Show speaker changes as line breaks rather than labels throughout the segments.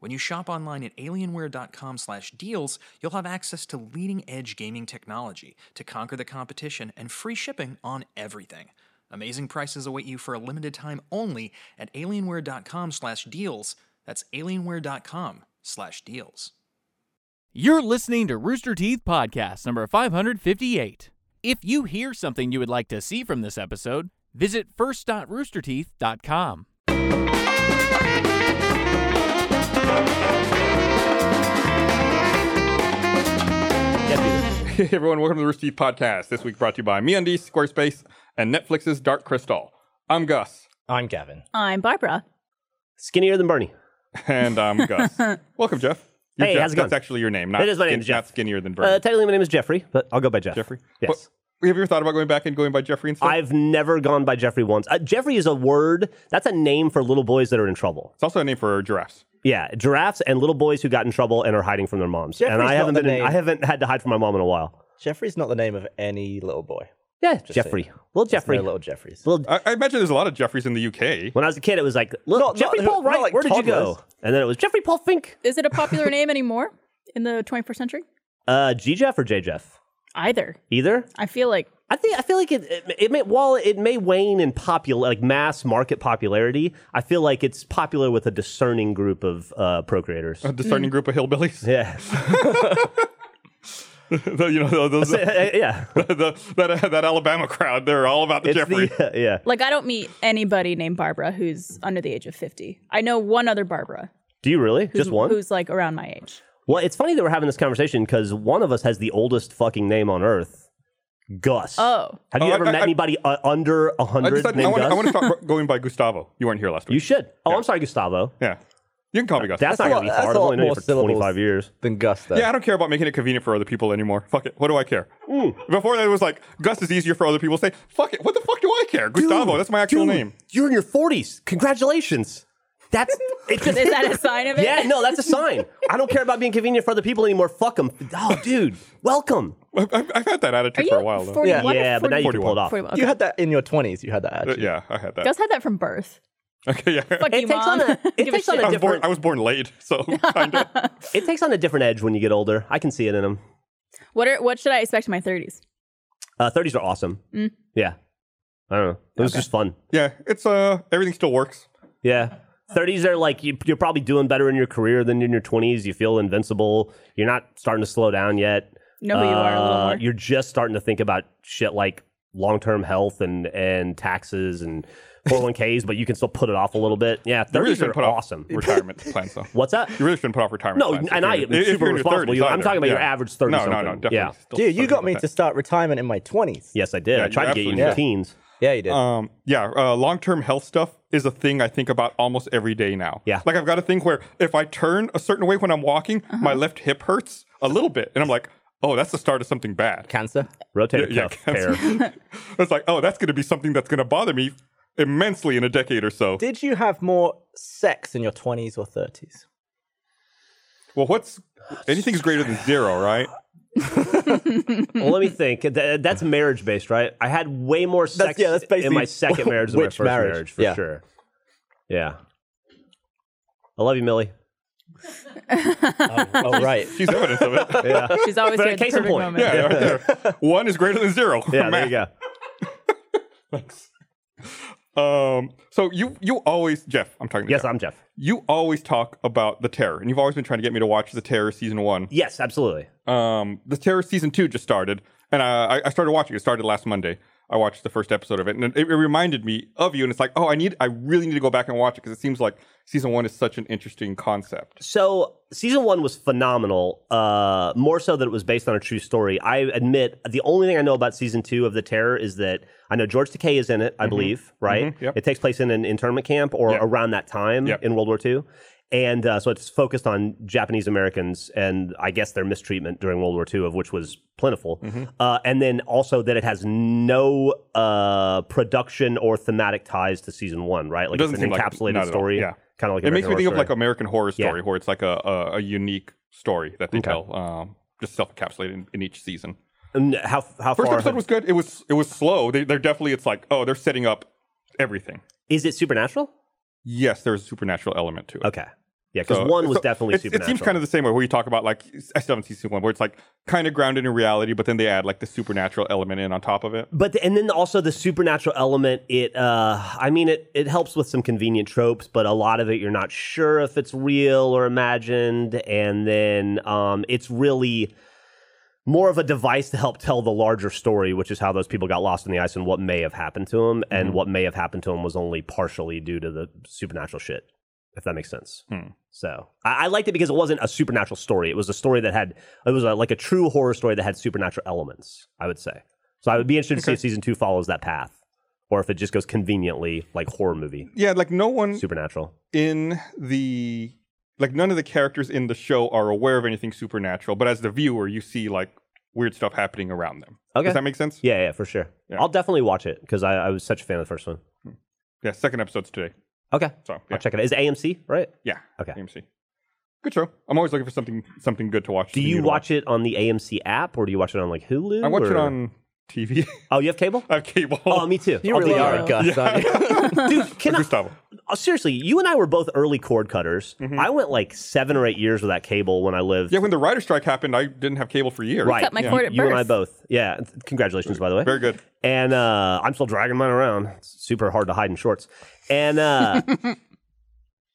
When you shop online at alienware.com/deals, you'll have access to leading-edge gaming technology to conquer the competition and free shipping on everything. Amazing prices await you for a limited time only at alienware.com/deals. That's alienware.com/deals.
You're listening to Rooster Teeth Podcast number 558. If you hear something you would like to see from this episode, visit first.roosterteeth.com.
Hey everyone, welcome to the Rooster Teeth Podcast. This week brought to you by MeUndies, Squarespace, and Netflix's Dark Crystal. I'm Gus,
I'm Gavin.
I'm Barbara.
Skinnier than Bernie.
and I'm Gus. Welcome, Jeff.
Hey,
Jeff.
how's it going?
That's actually your name. Not
It is my name,
skin-
Jeff.
Not skinnier than Bernie.
Uh, technically, my name is Jeffrey, but I'll go by Jeff.
Jeffrey.
Yes.
But have you ever thought about going back and going by Jeffrey instead?
I've never gone by Jeffrey once. Uh, Jeffrey is a word. That's a name for little boys that are in trouble.
it's also a name for giraffes.
Yeah, giraffes and little boys who got in trouble and are hiding from their moms. and
Jeffrey's
I haven't
not
been.
the
In, I
name.
haven't had to hide from my mom in a while.
Jeffrey's not the name of any little boy.
Yeah,
saying.
Jeffrey. Little
Just
Jeffrey.
No little Jeffreys.
Little-
I, I imagine there's a lot of Jeffreys in the UK.
when I was a kid, it was like little
Not- not-
Jeffrey Paul
not
Wright.
like
where did you go?
toddlers.
And then it was Jeffrey Paul Fink.
Is it a popular name anymore in the 21st century?
Uh, G Jeff or J Jeff?
Either.
Either.
I feel like
I think I feel like it. It, it may, while it may wane in popular, like mass market popularity, I feel like it's popular with a discerning group of uh, procreators.
A discerning group of hillbillies.
yeah,
you know, those,
uh, yeah.
the, that, that Alabama crowd, they're all about the
It's
Jeffrey.
the yeah.
like I don't meet anybody named Barbara who's under the age of 50. I know one other Barbara
Do you really
who's,
just one?
who's like around my age.
Well, it's funny that we're having this conversation because one of us has the oldest fucking name on earth, Gus.
Oh.
have you
Oh,
ever
I-
met
I-
anybody uh, under a
I,
hundred
just, I,
named Gus?
want to start going by Gustavo. You weren't here last week.
you should. Oh, I'm sorry, Gustavo.
yeah. You can call me Gus.
That's, not
a
gonna be
lot- that's
hard.
a
I've only
lot
known you
more
for
syllables.
25 years.
Than Gus, though.
Yeah, I don't care about making it convenient for other people anymore. Fuck it. What do I care?
Mm.
Before that, it was like Gus is easier for other people. Say, fuck it. What the fuck do I care? Gustavo.
Dude,
that's my actual
dude,
name.
You're in your 40s. Congratulations. That's it's just,
Is that a sign of it?
Yeah, no, that's a sign. I don't care about being convenient for other people anymore. Fuck them. Oh, dude, welcome.
I've, I've- I've had that
Are
attitude
you
for a while though.
41 or
yeah, but now you
40
can pull it off.
41?
You
Okay.
had that in your 20s. You had that
Uh,
attitude.
yeah, I had that.
Gus had that from birth.
okay, yeah.
Fuck
It
you,
takes
mom.
on a- it
Give
takes on a
shit.
I was, born,
different-
I was born late, so kind of.
It takes on a different edge when you get older. I can see it in them.
What are, what should I expect in my 30s?
Uh, 30s are awesome.
Mm.
Yeah. I don't know. It was just fun.
Yeah, it's uh, everything still works.
Yeah. 30s are like you, you're probably doing better in your career than in your 20s. You feel invincible. You're not starting to slow down yet.
Know who you are a little
Uh,
more.
You're just starting to think about shit like long term health and and taxes and 401ks, but you can still put it off a little bit. Yeah,
You really
30s
shouldn't
are
put off
awesome.
retirement plans though.
What's that?
You really shouldn't put off retirement.
No,
plans if
and I
you're-
am
if
super
you're in your
responsible. You know,
30s,
I'm talking about your
yeah.
average 30
No, no, no,
something.
definitely.
Yeah.
still
Dude, you got
30%.
me to start retirement in my 20s.
Yes, I did.
Yeah,
I tried
you
to get you
absolutely
in your
did.
teens.
Yeah, you did.
Um, yeah, uh, long term health stuff is a thing I think about almost every day now.
Yeah. Uh-huh.
Like I've got a thing where if I turn a certain way when I'm walking, my left hip hurts a little bit. And I'm like, oh, that's the start of something bad.
Cancer.
Rotator
Yeah,
cuff
yeah,
tear.
It's like, oh, that's going to be something that's going to bother me immensely in a decade or so.
Did you have more sex in your 20s or 30s?
Well, what's anything's greater than zero, right?
well, let me think. Th- that's marriage based, right? I had way more sex
yeah, that's
in my
basically
second marriage than my
which
first marriage,
marriage.
for
Yeah.
sure. Yeah. I love you, Millie.
oh, right.
She's evidence of it. yeah,
She's always
But
here at the
case in
perfect
point.
moment.
right there. One is greater than zero.
Yeah, there
Math.
you go.
Um, so you you always Jeff, I'm talking to
Yes,
Jeff.
I'm Jeff.
you always talk about the terror, and you've always been trying to get me to watch the terror season one.
Yes, absolutely.
um, the Terror season two just started, and I, I started watching. It started last Monday. I watched the first episode of it, and it, it reminded me of you. And it's like, oh, I need, I really need to go back and watch it because it seems like season one is such an interesting concept.
So season one was phenomenal. Uh, more so that it was based on a true story. I admit the only thing I know about season two of The Terror is that I know George Takei is in it. I believe, right?
Mhm, Mm-hmm. yep.
It takes place in an internment camp or
Yeah.
around that time
Yep.
in World War II. And uh, so it's focused on Japanese Americans and I guess their mistreatment during World War II, of which was plentiful.
Mm-hmm.
Uh, and then also that it has no uh, production or thematic ties to season one, right? Like
doesn't
it's an
seem like-
encapsulated
not at all,
story.
yeah.
Kind of like
it makes me think of
American Horror
like American Horror
Yeah.
Story, where it's like a, a, a unique story that they
Okay.
tell, um, just self encapsulated in, in each season.
Story. And how how
First
far
episode was good. It was it was slow. They, they're definitely it's like oh they're setting up everything.
is it supernatural?
Yes, there's a supernatural element to it.
Okay, yeah, because
So-
one was
so
definitely
it's-
supernatural.
It seems kind of the same way where you talk about like I still haven't seen season one, where it's like kind of grounded in reality, but then they add like the supernatural element in on top of it.
but the, and then also the supernatural element it uh i mean it it helps with some convenient tropes but a lot of it you're not sure if it's real or imagined and then um it's really more of a device to help tell the larger story which is how those people got lost in the ice and what may have happened to them and what may have happened to them was only partially due to the supernatural shit if that makes sense
Hmm.
so I, I liked it because it wasn't a supernatural story it was a story that had it was a, like a true horror story that had supernatural elements i would say so I would be interested to see if season two follows that path, or if it just goes conveniently like horror movie,
Yeah, like no one
supernatural.
in the like none of the characters in the show are aware of anything supernatural, but as the viewer, you see like weird stuff happening around them.
Okay.
Does that make sense?
Yeah, yeah, for sure.
Yeah.
I'll definitely watch it because I, I was such a fan of the first one.
Yeah, second episode's today.
Okay,
So yeah,
I'll check it. out. Is it AMC right?
yeah.
Okay.
AMC. Good show. I'm always looking for something something good to watch.
Do
something new
you
to
watch it on the AMC app or do you watch it on like Hulu?
I watch it
or-
on TV.
Oh, you have cable?
I have cable.
Oh, me too.
You
I'll
really
do
are
that.
a Gus, aren't you?
Dude, can I,
Gustavo.
oh, seriously, you and I were both early cord cutters.
Mm-hmm.
I went like seven or eight years without cable when I lived.
Yeah, when the writer strike happened, I didn't have cable for years.
right.
Cut my
Yeah.
cord at
you and I
birth.
both. Yeah. Th- Congratulations, by the way.
Very good.
and uh, I'm still dragging mine around. It's super hard to hide in shorts. And uh,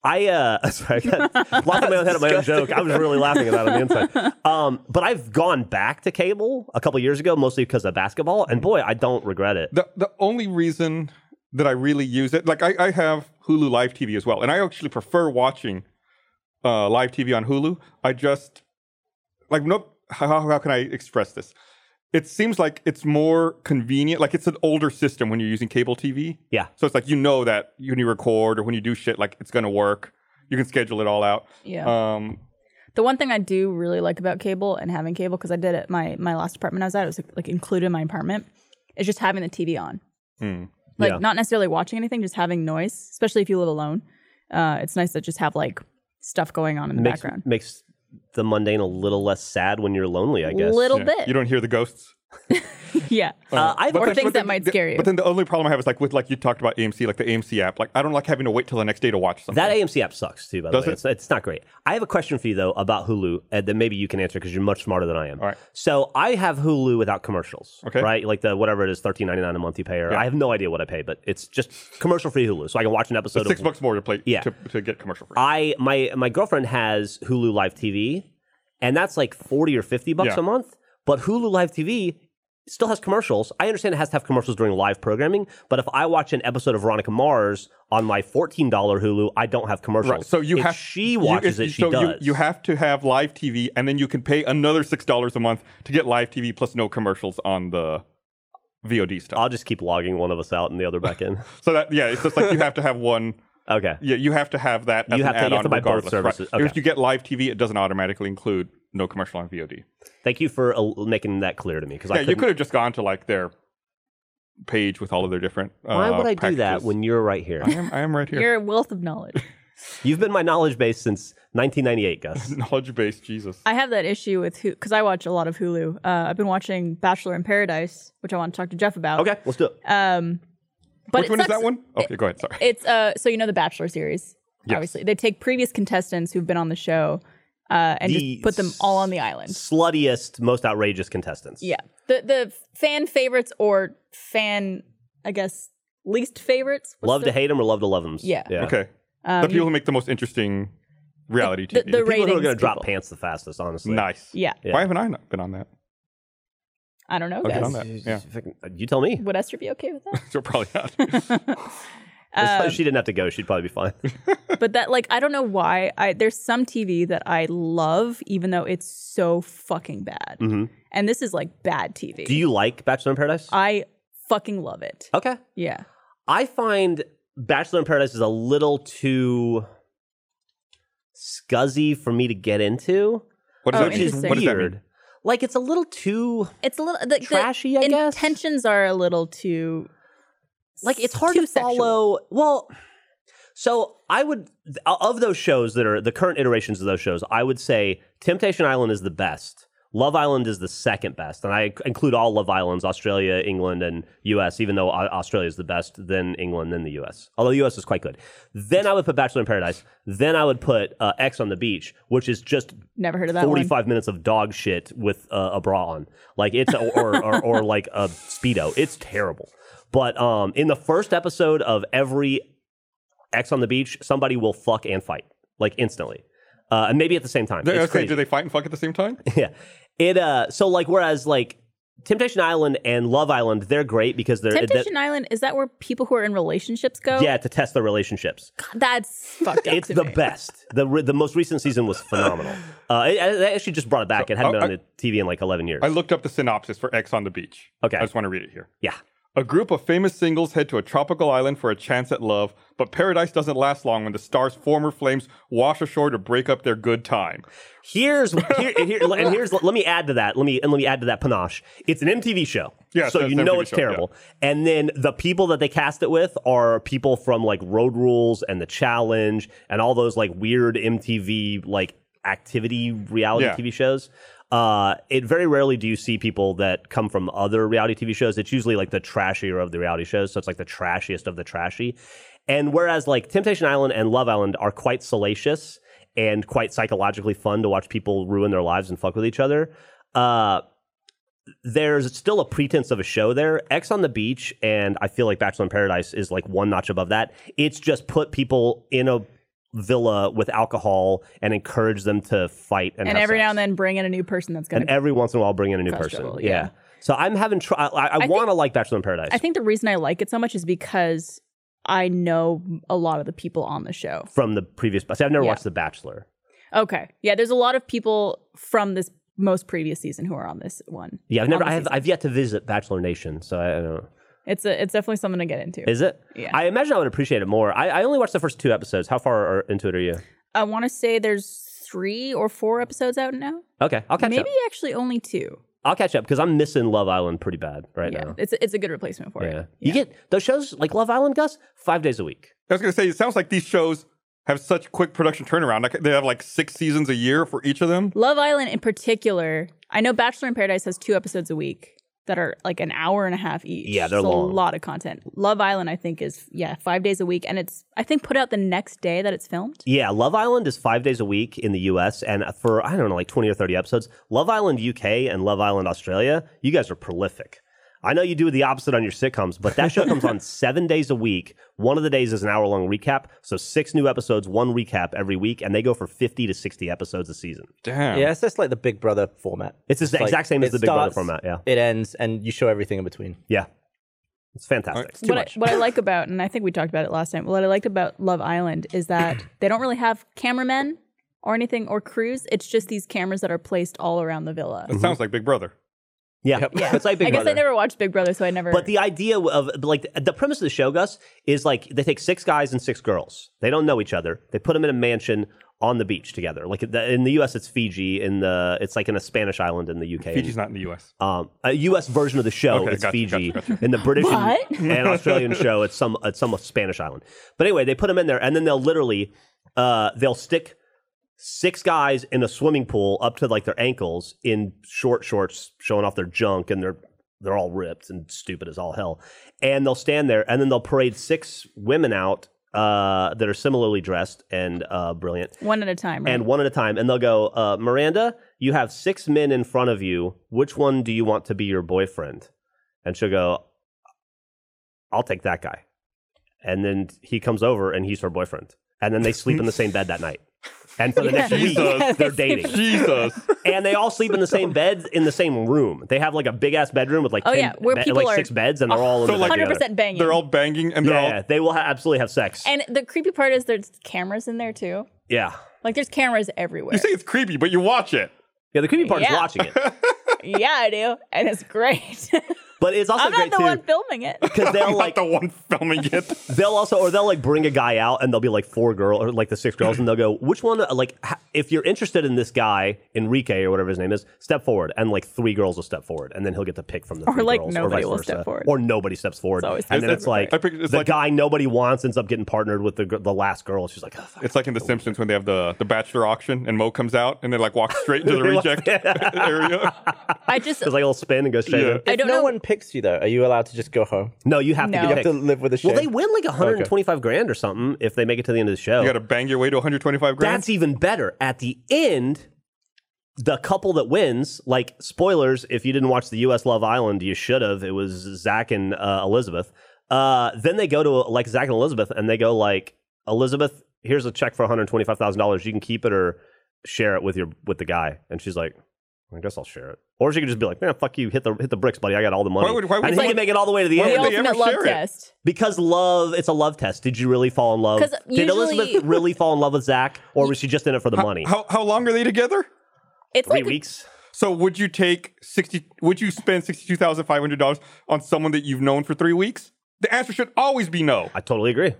I, uh, sorry, I got laughing my own head at my own joke. I was really laughing at that on the inside. Um, but I've gone back to cable a couple years ago, mostly because of basketball. And boy, I don't regret it.
The the only reason that I really use it, like I, I have Hulu live TV as well, and I actually prefer watching uh, live TV on Hulu. I just like no. How how- how can I express this? It seems like it's more convenient. Like it's an older system when you're using cable TV.
Yeah.
So it's like you know that when you record or when you do shit, like it's gonna work. You can schedule it all out.
yeah.
Um,
The one thing I do really like about cable and having cable because I did it my my last apartment I was at it was like included in my apartment is just having the TV on,
hmm.
like
Yeah.
not necessarily watching anything, just having noise. Especially if you live alone, uh, it's nice to just have like stuff going on in the
makes,
background.
makes the mundane a little less sad when you're lonely, I guess.
Little
Yeah.
bit,
You don't hear the ghosts.
yeah.
Uh, I've,
Or
then-
things
then
that might
the-
scare you.
But then the only problem I have is like with like you talked about AMC, like the AMC app. Like I don't like having to wait till the next day to watch something.
That AMC app sucks too, by the
Does
way.
it?
It's, it's not great. I have a question for you though about Hulu uh, that maybe you can answer because you're much smarter than I am.
All right.
So I have Hulu without commercials.
Okay.
Right, like the whatever it is, thirteen ninety nine a month you pay, or
Yeah.
I have no idea what I pay, but it's just commercial free Hulu, so I can watch an episode.
It's six
of,
bucks more to play
Yeah.
to, to get commercial free.
I my my girlfriend has Hulu Live TV, and that's like forty or fifty bucks
Yeah.
a month. But Hulu Live TV still has commercials. I understand it has to have commercials during live programming, but if I watch an episode of Veronica Mars on my fourteen dollar Hulu, I don't have commercials.
Right. So you
If
have
she
you-
watches
if-
it, she
so
does.
You, you have to have live TV, and then you can pay another six dollars a month to get live TV plus no commercials on the VOD stuff.
I'll just keep logging one of us out and the other back in.
so that yeah, it's just like you have to have one.
Okay.
Yeah, you have to have that. As
You
an
have to- you have
add-on
to buy both
regardless, right.
services. Okay.
If you get live TV, it doesn't automatically include no commercial on VOD.
Thank you for uh, making that clear to me because
Yeah,
I
you
couldn't-
could have just gone to like their page with all of their different. Uh,
Why would I do that
packages.
when you're right here?
I am, I am right here?
You're a wealth of knowledge.
You've been my knowledge base since 1998, Gus.
Knowledge base, Jesus.
I have that issue with who because I watch a lot of Hulu. Uh, I've been watching Bachelor in Paradise, which I want to talk to Jeff about.
Okay, let's do it.
Um, but
Which
it
one is
sucks-
that one? Okay, go ahead. Sorry.
It's uh, so you know the Bachelor series.
Yes.
Obviously, they take previous contestants who've been on the show uh, and
The
just put them all on the island.
Sluttiest, most outrageous contestants.
Yeah, the the fan favorites or fan, I guess, least favorites. What's
love
the,
to hate them or love to love them.
Yeah.
Okay. the people who make the most interesting reality
Um, the,
TV.
the
People
ratings.
who are going to drop
people.
pants the fastest, honestly.
nice.
Yeah,
Yeah.
Why haven't I not been on that?
I don't know,
I'll get on
guys.
that. Yeah.
uh, You tell me.
Would Esther be okay with that? Um,
So probably not.
If she didn't have to go. She'd probably be fine.
but that like I don't know why I there's some TV that I love even though it's so fucking bad. And this is like bad TV.
Mm-hmm. do you like Bachelor in Paradise?
I fucking love it.
okay.
Yeah.
I find Bachelor in Paradise is a little too scuzzy for me to get into,
What does
Oh,
that
which
mean?
is
interesting.
What does that
weird.
mean?
Like it's a little too
It's a little the, the
Trashy, I guess?
Intentions are a little too
like it's hard
too
to
sexual.
follow. Well, so I would of those shows that are the current iterations of those shows, I would say Temptation Island is the best. Love Island is the second best, and I include all Love Islands: Australia, England, and U.S. Even though Au- Australia is the best, then England, then the U.S. Although the U.S. is quite good. Then I would put Bachelor in Paradise. Then I would put uh, X on the Beach, which is just
Never heard of that one.
45 minutes of dog shit with uh, a bra on. Like it's or, or, or, or like a speedo. It's terrible. But um, in the first episode of every X on the beach, somebody will fuck and fight like instantly. Uh, and maybe at the same time.
They-
It's
okay,
crazy.
do they fight and fuck at the same time?
yeah. It uh so like whereas like Temptation Island and Love Island, they're great because they're that-
Temptation Island is that where people who are in relationships go?
yeah, to test their relationships.
that's fucked up.
It's
to
the
me.
best. The re- the most recent season was phenomenal. Uh, it, it actually just brought it back. it hadn't
uh, I-
been on the TV in like 11 years.
I looked up the synopsis for X on the Beach.
Okay.
I just want to read it here.
yeah.
A group of famous singles head to a tropical island for a chance at love, but paradise doesn't last long when the star's former flames wash ashore to break up their good time.
Here's here, here and here's let me add to that. Let me and let me add to that panache. It's an MTV show.
Yeah,
so
it's
you
an
know
MTV
it's
show,
terrible. And then the people that they cast it with are people from like Road Rules and The Challenge and all those like weird MTV like activity reality
Yeah.
TV shows. Uh, it very rarely do you see people that come from other reality TV shows. It's usually like the trashier of the reality shows, so it's like the trashiest of the trashy. And whereas like Temptation Island and Love Island are quite salacious and quite psychologically fun to watch people ruin their lives and fuck with each other. Uh, there's still a pretense of a show there. X on the Beach, and I feel like Bachelor in Paradise is like one notch above that. It's just put people in a villa with alcohol and encourage them to fight and,
And
have
every
sex.
now and then bring in a new person that's gonna.
and every once in a while bring in a new
Cause
person.
trouble,
Yeah.
yeah.
So I'm having tr- I, I,
think-
want to like Bachelor in Paradise
I think the reason I like it so much is because I know a lot of the people on the show.
from the previous. See, I've never
Yeah.
watched The Bachelor.
Okay, yeah, there's a lot of people from this most previous season who are on this one.
Yeah, I've never.
On
I
the
have. I've yet to visit Bachelor Nation, so I, I don't know.
It's a, it's definitely something to get into.
Is it?
Yeah.
I imagine I would appreciate it more. I, I only watched the first two episodes. How far are, into it are you?
I want to say there's three or four episodes out now.
Okay, I'll catch
Maybe
up.
actually only two.
I'll catch up because I'm missing Love Island pretty bad right
yeah,
now.
it's a, it's a good replacement for
Yeah.
it.
you get those shows like Love Island, Gus, five days a week.
I was going to say, it sounds like these shows have such quick production turnaround. Like they have like six seasons a year for each of them.
Love Island in particular. I know Bachelor in Paradise has two episodes a week that are like an hour and a half each.
Yeah, they're
It's
long.
A lot of content. Love Island, I think, is yeah five days a week, and it's I think put out the next day that it's filmed.
Yeah, Love Island is five days a week in the U.S. and for I don't know like twenty or thirty episodes. Love Island UK and Love Island Australia, you guys are prolific. I know you do the opposite on your sitcoms, but that show comes on seven days a week. One of the days is an hour long recap, so six new episodes, one recap every week, and they go for fifty to sixty episodes a season.
Damn.
Yeah, it's just like the Big Brother format.
It's the
like,
exact same
it
as the Big Brother
starts,
format. Yeah,
It ends, and you show everything in between.
yeah, it's fantastic. It's too
what
much.
I, what I like about, and I think we talked about it last time. What I liked about Love Island is that they don't really have cameramen or anything or crews. It's just these cameras that are placed all around the villa.
Mm-hmm.
It sounds like Big Brother.
yeah, it's like Big
I guess
Brother.
I never watched Big Brother, so I never.
But the idea of like the premise of the show, Gus, is like they take six guys and six girls. They don't know each other. They put them in a mansion on the beach together. Like the, in the U.S., it's Fiji. In the it's like in a Spanish island in the U.K.
Fiji's not in the U.S.
Um, a U.S. version of the show,
Okay,
it's
gotcha,
Fiji.
gotcha, gotcha.
In the British and,
What?
and Australian show, it's some it's some Spanish island. But anyway, they put them in there, and then they'll literally uh, they'll stick six guys in a swimming pool up to like their ankles in short shorts, showing off their junk, and they're they're all ripped and stupid as all hell. And they'll stand there, and then they'll parade six women out uh, that are similarly dressed and uh, brilliant
one at a time. Right?
and one at a time, and they'll go, uh, Miranda, you have six men in front of you. Which one do you want to be your boyfriend? And she'll go, I'll take that guy. And then he comes over and he's her boyfriend. And then they sleep in the same bed that night. And for the next week,
Jesus. Yeah,
they're
they sleep-
dating.
Jesus.
And they all sleep in the same bed in the same room. They have like a big ass bedroom with like,
Oh,
10
yeah, where
be-
people
like
are
six beds, and they're all in
So,
the
like,
bed
hundred
together.
percent banging.
They're all banging and they're
Yeah,
all
yeah, they will ha- absolutely have sex.
And the creepy part is there's cameras in there too.
yeah.
Like there's cameras everywhere.
You say it's creepy, but you watch it.
Yeah, the creepy part is
Yeah.
watching it.
yeah, I do, and it's great.
But it's also
I'm not
great
the
too
one filming it.
because they'll
I'm
like
not the one filming it.
they'll also or they'll like bring a guy out and they'll be like four girl or like the six girls and they'll go which one uh, like ha- if you're interested in this guy Enrique or whatever his name is step forward and like three girls will step forward and then he'll get to pick from the
Or,
three
like,
girls,
nobody
vice
will step
versa.
forward.
or nobody steps forward
It's always
and then
the
it's like
I pic- it's
the
like-
guy nobody wants ends up getting partnered with the gr- the last girl she's like oh, fuck.
It's like in The Simpsons when they have the, the bachelor auction and Mo comes out and then like walks straight into the reject area.
I just
it's like a little spin and goes straight
Yeah.
in.
I
If
don't
no
know-
one picks you though. Are you allowed to just go home?
no you have to
No. You
get
You have to
picked.
live with the shame.
well they win like 125 grand or something if they make it to the end of the show
You got to bang your way to 125 grand.
That's even better. At the end, the couple that wins, like spoilers, if you didn't watch the U.S. Love Island, you should have. It was Zach and uh, Elizabeth. Uh, then they go to like Zach and Elizabeth, and they go like, Elizabeth, here's a check for one hundred twenty five thousand dollars. You can keep it or share it with your with the guy. And she's like. I guess I'll share it, or she could just be like, "Man, fuck you, hit the hit the bricks, buddy. I got all the money."
Why would- why would
I think
someone-
you make it all the way to the
Why
the
would
end
they ever
ultimate love
share it?
test.
because love. It's a love test. Did you really fall in love?
'Cause
Did
usually-
Elizabeth really fall in love with Zach, or was she just in it for the money?
How, how long are they together?
It's
three
like
weeks.
So would you take 60 would you spend $62,500 on someone that you've known for 3 weeks? The answer should always be no,
I totally agree.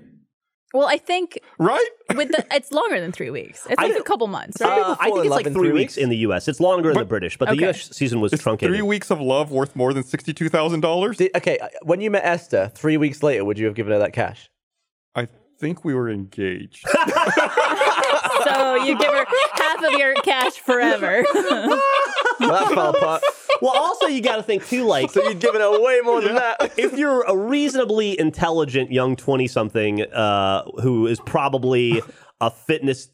well, I think
right?
with the it's longer than three weeks. It's
I
like a
don't-
couple months,
Uh,
right?
I think
in
it's
love
like
in
three
three
weeks
weeks.
in the U.S. It's longer in the
But-
British, but the
Okay.
U.S. season was
Is
truncated.
3 weeks of love worth more than $62,000?
Did, okay, uh, when you met Esther, three weeks later, would you have given her that cash?
I think we were engaged.
so you give her half of your cash forever.
Well, that fell apart.
Well, also you got to think too, like
So you'd given her way more than that.
if you're a reasonably intelligent young twenty-something uh, who is probably a fitness,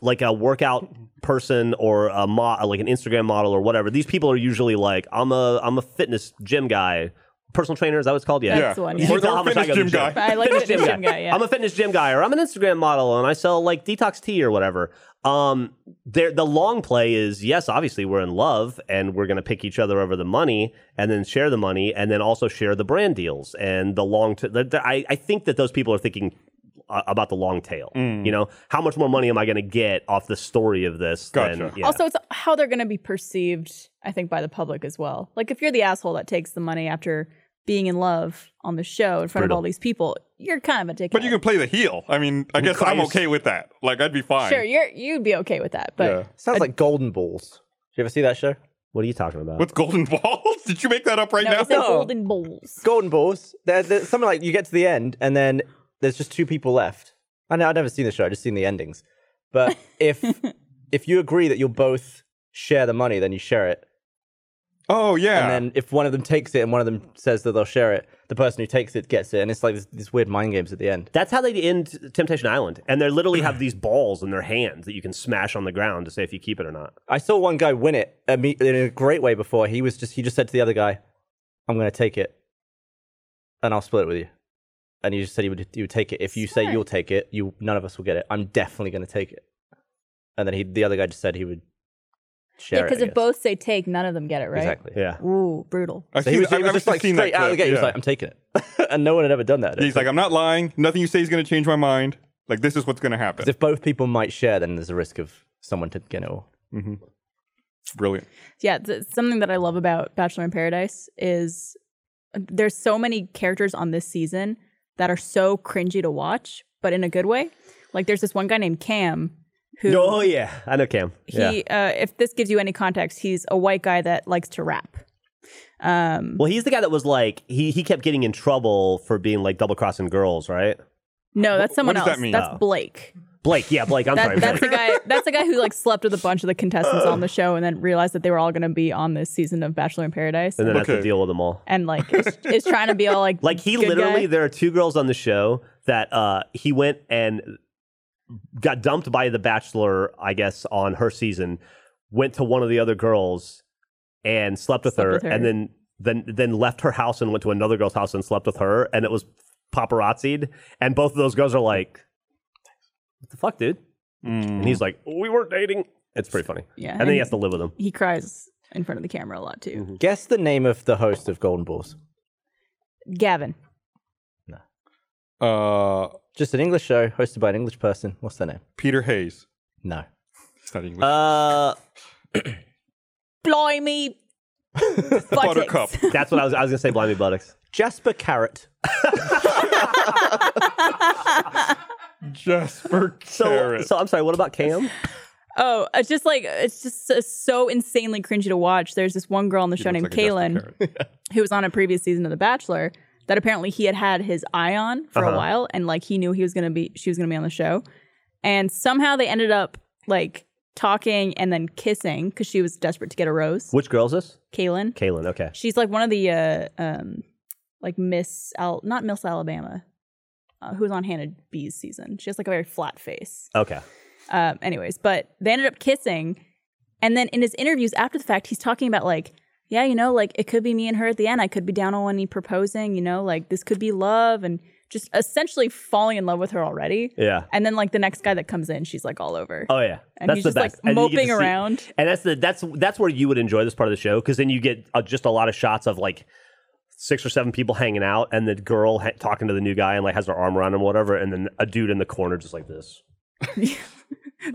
like a workout person or a mo- like an Instagram model or whatever. These people are usually like, I'm a I'm a fitness gym guy, personal trainer. Is that what it's called? Yeah,
That's the one, yeah.
You
Or
can tell
the
how much I
fitness
go to the
gym
gym.
guy.
I like
fitness gym guy.
yeah.
I'm a fitness gym guy, or I'm an Instagram model, and I sell like detox tea or whatever. Um, there, the long play is yes, obviously we're in love, and we're gonna pick each other over the money, and then share the money, and then also share the brand deals and the long. T- the, the- I, I think that those people are thinking uh, about the long tail. You know, how much more money am I gonna get off the story of this? Than,
Gotcha.
yeah.
Also, it's how they're going to be perceived, I think, by the public as well. Like, if you're the asshole that takes the money after being in love on the show in front
Brutal.
of all these people, you're kind of a dickhead.
But you can play the heel. I mean, I guess I'm
Christ.
okay with that. Like I'd be fine.
sure, you're you'd be okay with that. But
Yeah.
Sounds like Golden Balls. Did you ever see that show?
what are you talking about?
With golden balls? Did you make that up right
no,
now?
it's like
No.
golden bowls.
Golden Balls. There, there's something like you get to the end, and then there's just two people left. I know I've never seen the show. I've just seen the endings. But if if you agree that you'll both share the money, then you share it.
Oh yeah.
And then if one of them takes it and one of them says that they'll share it, the person who takes it gets it, and it's like this, this weird mind games at the end.
That's how they end Temptation Island, and they literally have these balls in their hands that you can smash on the ground to say if you keep it or not.
I saw one guy win it a me- in a great way before. He was just he just said to the other guy, "I'm going to take it, and I'll split it with you." And he just said he would he would take it if you say
Smart.
you'll take it. You none of us will get it. I'm definitely going to take it. And then he the other guy just said he would share
Yeah,
it.
because
I
if
guess.
both say take, none of them get it, right?
exactly.
Yeah.
Ooh, brutal.
I've
So he
seen-
was, he
I've-
was
I've
just
actually
like
seen that
straight out of the
clip,
gate. He was
yeah.
like, "I'm taking it," and no one had ever done that. I don't
He's like,
think.
I'm not lying. Nothing you say is going to change my mind. Like this is what's going to
'Cause
happen.
if both people might share, then there's a risk of someone to get it all.
Mm-hmm. Brilliant.
Yeah, th- something that I love about Bachelor in Paradise is uh, there's so many characters on this season that are so cringy to watch, but in a good way. Like there's this one guy named Cam who
Oh yeah, I know Cam. yeah.
he uh, if this gives you any context he's a white guy that likes to rap um
Well, he's the guy that was like he he kept getting in trouble for being like double crossing girls, right?
no that's someone
does
else
that mean?
that's
Oh.
blake
Blake, yeah, Blake. I'm
that,
sorry.
that's a
Blake.
guy that's a guy who like slept with a bunch of the contestants on the show and then realized that they were all going to be on this season of bachelor in paradise
And
and,
then has to
Okay.
deal with them all.
like is, is trying to be all like
Like he
good
literally,
guy.
there are two girls on the show that uh he went and got dumped by the Bachelor, I guess, on her season. Went to one of the other girls and slept with,
Slept
her,
with her.
and then then then left her house and went to another girl's house and slept with her, and it was paparazzied, and both of those girls are like, "What the fuck, dude?"
Mm.
And
Mm-hmm.
he's like, "We weren't dating." It's pretty funny.
Yeah,
and then
and-
he has to live with them.
he cries in front of the camera a lot too
Guess the name of the host of Golden Balls.
Mm-hmm.
gavin
Uh,
Just an English show hosted by an English person. What's their name?
Peter Hayes.
No.
Uh,
Uh,
It's not
Uh,
English.
blimey
Buttercup.
That's what I was. I was gonna say, Blimey Buttocks.
Jasper Carrot.
Jasper
So,
Carrot.
so I'm sorry. What about Cam?
Oh, it's just like it's just uh, so insanely cringy to watch. There's this one girl on the show named
Looks like a Jasper
Kaylin
Carrot.
who was on a previous season of The Bachelor that apparently he had had his eye on for
Uh-huh.
a while, and like he knew he was gonna be she was gonna be on the show, and somehow they ended up like talking and then kissing because she was desperate to get a rose.
Which girl's this?
Kaylin,
Kaylin. Okay.
she's like one of the uh, um like Miss Al not Miss Alabama, uh, who was on Hannah B's season. She has like a very flat face.
Okay.
Um, anyways, but they ended up kissing. And then in his interviews after the fact, he's talking about like, yeah, you know, like it could be me and her at the end. I could be down on one knee proposing, you know, like this could be love and just essentially falling in love with her already.
Yeah.
And then like the next guy that comes in, she's like all over.
Oh yeah.
And
that's
he's
the
just, like,
best. And you get to
moping
see-
around.
And that's the that's that's where you would enjoy this part of the show because then you get uh, just a lot of shots of like six or seven people hanging out and the girl ha- talking to the new guy and like has her arm around him or whatever and then a dude in the corner just like this.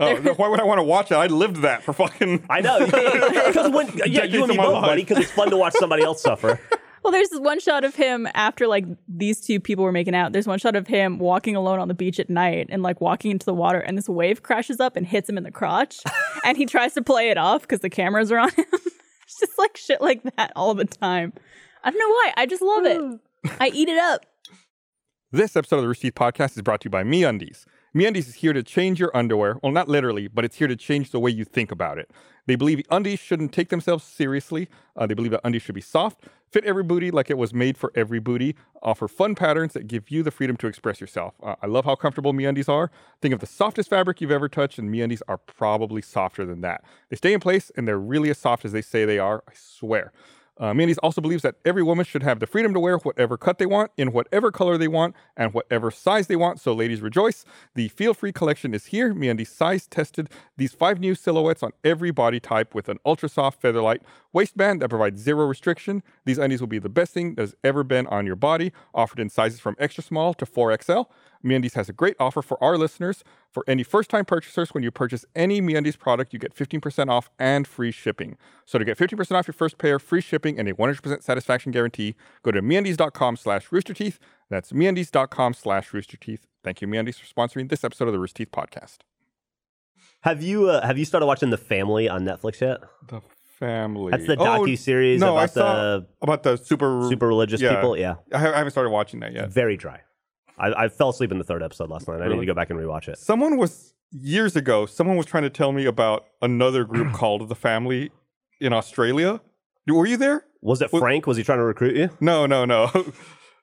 Oh, no, why would I want to watch it? I lived that for fucking.
I know. Because when yeah,
Decades
you and
of
me
my
both,
life.
buddy. Because it's fun to watch somebody else suffer.
Well, there's this one shot of him after like these two people were making out. There's one shot of him walking alone on the beach at night and like walking into the water, and this wave crashes up and hits him in the crotch. and he tries to play it off because the cameras are on him. it's just like shit like that all the time. I don't know why. I just love it. I eat it up.
This episode of the Rooster Teeth Podcast is brought to you by MeUndies. MeUndies is here to change your underwear. Well, not literally, but it's here to change the way you think about it. They believe undies shouldn't take themselves seriously. Uh, they believe that undies should be soft, fit every booty like it was made for every booty, offer fun patterns that give you the freedom to express yourself. Uh, I love how comfortable MeUndies are. Think of the softest fabric you've ever touched, and MeUndies are probably softer than that. They stay in place, and they're really as soft as they say they are. I swear. Uh, Mandy's also believes that every woman should have the freedom to wear whatever cut they want, in whatever color they want, and whatever size they want. So, ladies, rejoice. The Feel Free collection is here. Mandy's size tested these five new silhouettes on every body type with an ultra soft featherlight waistband that provides zero restriction. These undies will be the best thing that has ever been on your body, offered in sizes from extra small to 4XL. MeUndies has a great offer for our listeners. For any first-time purchasers, when you purchase any MeUndies product, you get 15% off and free shipping. So to get 15% off your first pair, free shipping, and a 100% satisfaction guarantee, go to MeUndies.com slash roosterteeth. That's MeUndies.com slash roosterteeth. Thank you, MeUndies, for sponsoring this episode of the Rooster Teeth Podcast.
Have you uh, have you started watching The Family on Netflix yet?
The family.
That's the docu-series
Oh, no, I
about
saw-
the
About the super...
super religious
yeah.
people. Yeah.
I ha- I haven't started watching that yet.
Very dry. I, I fell asleep in the third episode last night. I need
Really?
to go back and rewatch it.
Someone was years ago. Someone was trying to tell me about another group called the Family in Australia. Were you there?
Was it
Well-
Frank? Was he trying to recruit you?
No, no, no.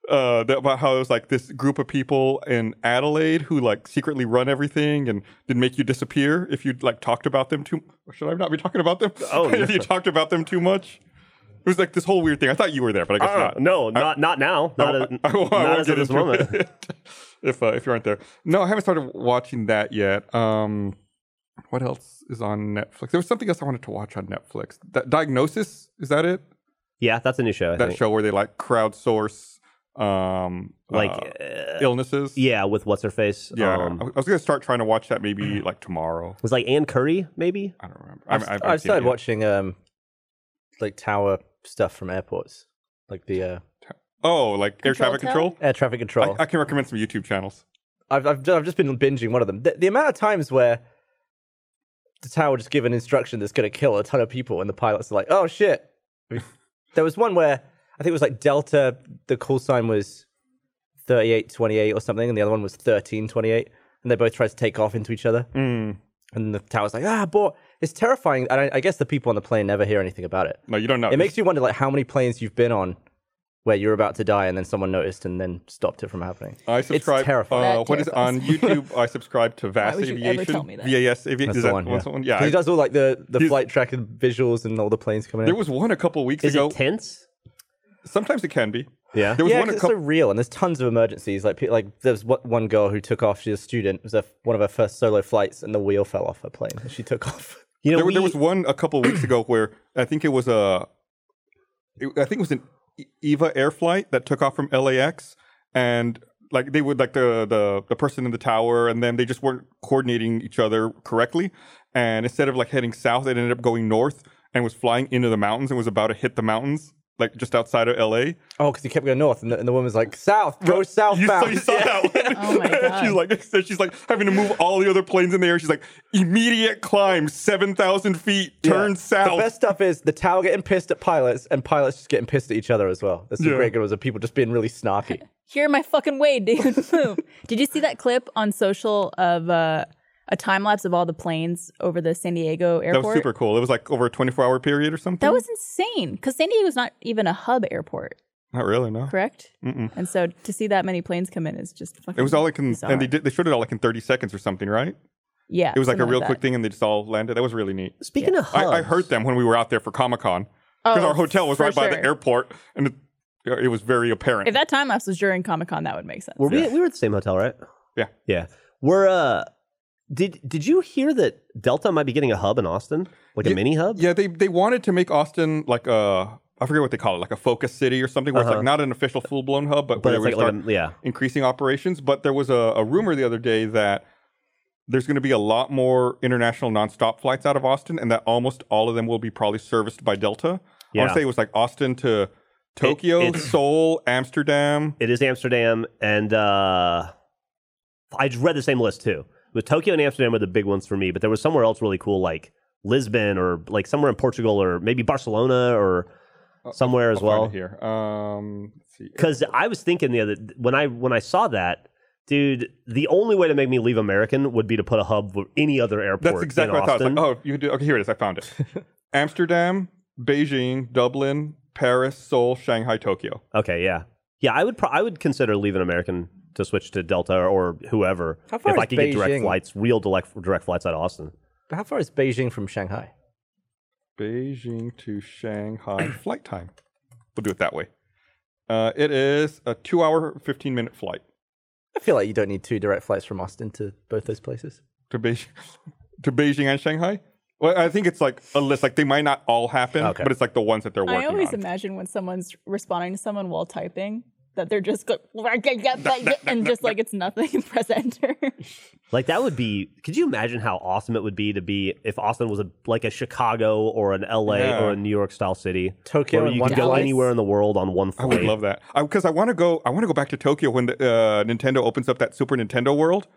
Uh, that- about how it was like this group of people in Adelaide who like secretly run everything and did make you disappear if you like talked about them too. Should I not be talking about them?
Oh,
if
yeah.
you talked about them too much, it was like this whole weird thing. I thought you were there, but I guess
Uh,
not.
no, not not now. Not,
I-
a-
I- I won't- I
not
won't
as
get
of this
into
moment.
it if uh, if you aren't there, no, I haven't started watching that yet. Um, what else is on Netflix? There was something else I wanted to watch on Netflix. That Diagnosis is that it?
Yeah, that's a new show. I
that
think.
show where they like crowdsource um
like,
uh,
uh,
illnesses.
yeah, with what's her face?
yeah.
um,
I
it
was- I was gonna start trying to watch that maybe like tomorrow.
was like Anne Curry, maybe.
I don't remember.
I've,
haven't-
I've,
I haven't seen it
started
yet.
watching um, like tower stuff from airports, like the uh,
Oh, like air
Control
traffic
Tower?
control.
air traffic control.
I, I can recommend some YouTube channels.
I've, I've I've just been binging one of them. The, the amount of times where the tower just give an instruction that's going to kill a ton of people, and the pilots are like, "Oh shit!" I mean, there was one where I think it was like Delta. The call sign was thirty-eight twenty-eight or something, and the other one was thirteen twenty-eight, and they both tried to take off into each other.
Mm.
And the tower's like, "Ah, boy, it's terrifying." And I, I guess the people on the plane never hear anything about it.
No, you don't know.
It makes you wonder, like, how many planes you've been on where you're about to die, and then someone noticed and then stopped it from happening.
I subscribe.
terrifying.
Uh,
That
what is it? on
terrifies
YouTube? I subscribe to Vass
would you ever
Aviation.
tell me that?
VAS Aviation.
That's
is
the
that
one. Yeah.
what's the one? Yeah.
he
I-
does all like the, the
He's-
flight tracking visuals and all the planes coming
there
in.
was one a couple weeks
Is
ago.
it tense?
Sometimes it can be.
Yeah.
There was
yeah,
one
'cause
a
it's so
couple.
real, and there's tons of emergencies. Like, pe- like there's what one girl who took off. She was a student. It was her, one of her first solo flights, and the wheel fell off her plane. and She took off.
You know,
there,
we,
there was one a couple weeks ago where I think it was a, it, I think it was an E- Eva air flight that took off from LAX, and like they would like the the the person in the tower, and then they just weren't coordinating each other correctly, and instead of like heading south, it ended up going north. and was flying into the mountains and was about to hit the mountains, like just outside of LA.
Oh, because he kept going north, and the, and the woman's like, "South, go
Right. You saw,
southbound."
you saw that one.
Oh my God.
she's like, so she's like having to move all the other planes in the air. She's like, immediate climb, seven thousand feet,
Yeah.
turn south.
The best stuff is the tower getting pissed at pilots, and pilots just getting pissed at each other as well. That's the
Yeah.
great good ones of people just being really snarky.
Here my fucking way, dude. Move. Did you see that clip on social of uh, a time lapse of all the planes over the San Diego
that
airport?
was super cool. It was like over a twenty-four hour period or something.
That was insane because San Diego's not even a hub airport,
not really no.
correct? Mm-mm. And so to see that many planes come in is just fucking.
It was all like in,
bizarre.
and they did, they showed it all like in thirty seconds or something, right?
Yeah,
It was like a
something
real
that.
quick thing, and they just all landed. That was really neat.
Speaking of
I,
hubs,
I heard them when we were out there for Comic Con because
Oh,
our hotel was
for
right by the
sure.
airport, and it, uh, it was very apparent.
If that time lapse was during Comic Con, that would make sense.
Were we, we were at the same hotel, right?
Yeah.
Yeah. We're uh did did you hear that Delta might be getting a hub in Austin? Like a
Yeah,
mini hub?
Yeah, they they wanted to make Austin like a I forget what they call it, like a focus city or something, where it's
Uh-huh.
like not an official full blown hub, but,
But
where
it's
we
like,
start
like a, yeah.
increasing operations. But there was a, a rumor the other day that there's going to be a lot more international nonstop flights out of Austin, and that almost all of them will be probably serviced by Delta. I want
Yeah.
to say it was like Austin to Tokyo,
it's-
Seoul, Amsterdam.
It is Amsterdam and uh I just read the same list too. But Tokyo and Amsterdam were the big ones for me, but there was somewhere else really cool like Lisbon or like somewhere in Portugal or maybe Barcelona or somewhere as
Uh, I'll find
well.
it here. Um, let's see.
because I was thinking the other when I when I saw that, dude, the only way to make me leave American would be to put a hub for any other airport.
That's exactly
in
what I thought.
Austin.
It's like, oh, you could do. Okay, here it is. I found it. Amsterdam, Beijing, Dublin, Paris, Seoul, Shanghai, Tokyo.
Okay, yeah, yeah. I would pro- I would consider leaving American to switch to Delta or whoever
How far
if I
is
could get direct
Beijing?
flights, real direct direct flights out of Austin.
But how far is Beijing from Shanghai?
Beijing to Shanghai flight time. We'll do it that way. Uh, it is a two-hour, fifteen-minute flight
I feel like you don't need two direct flights from Austin to both those places.
to Beijing, to Beijing and Shanghai. Well, I think it's like a list. Like they might not all happen,
Okay.
but it's like the ones that they're working
I always
on.
imagine when someone's responding to someone while typing that they're just go- and just like it's nothing. Press enter.
Like that would be. Could you imagine how awesome it would be to be if Austin was a like a Chicago or an LA
Yeah.
or a New York style city,
Tokyo
where
in
you
one
could go
Dallas.
anywhere in the world on one
I
flight.
would love that because I, want to go. I want to go back to Tokyo when the, uh, Nintendo opens up that Super Nintendo World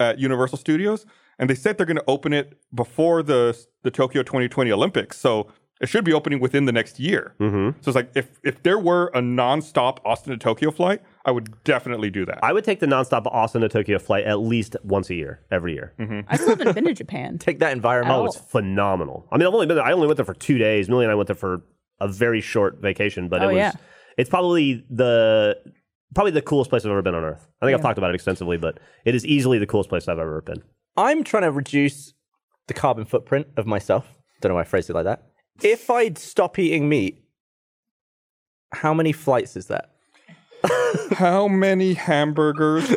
at Universal Studios, and they said they're going to open it before the the Tokyo 2020 Olympics. So it should be opening within the next year. Mm-hmm. So it's like if if there were a nonstop Austin to Tokyo flight, I would definitely do that.
I would take the nonstop Austin to Tokyo flight at least once a year, every year.
Mm-hmm.
I still haven't been to Japan.
Take that environment.
Oh, it's phenomenal. I mean, I've only been there. I only went there for two days. Millie and I went there for a very short vacation, but
Oh,
it was.
yeah.
It's probably the probably the coolest place I've ever been on Earth. I think I've talked about it extensively, but it is easily the coolest place I've ever been.
I'm trying to reduce the carbon footprint of myself. Don't know why I phrased it like that. If I'd stop eating meat, how many flights is that?
How many hamburgers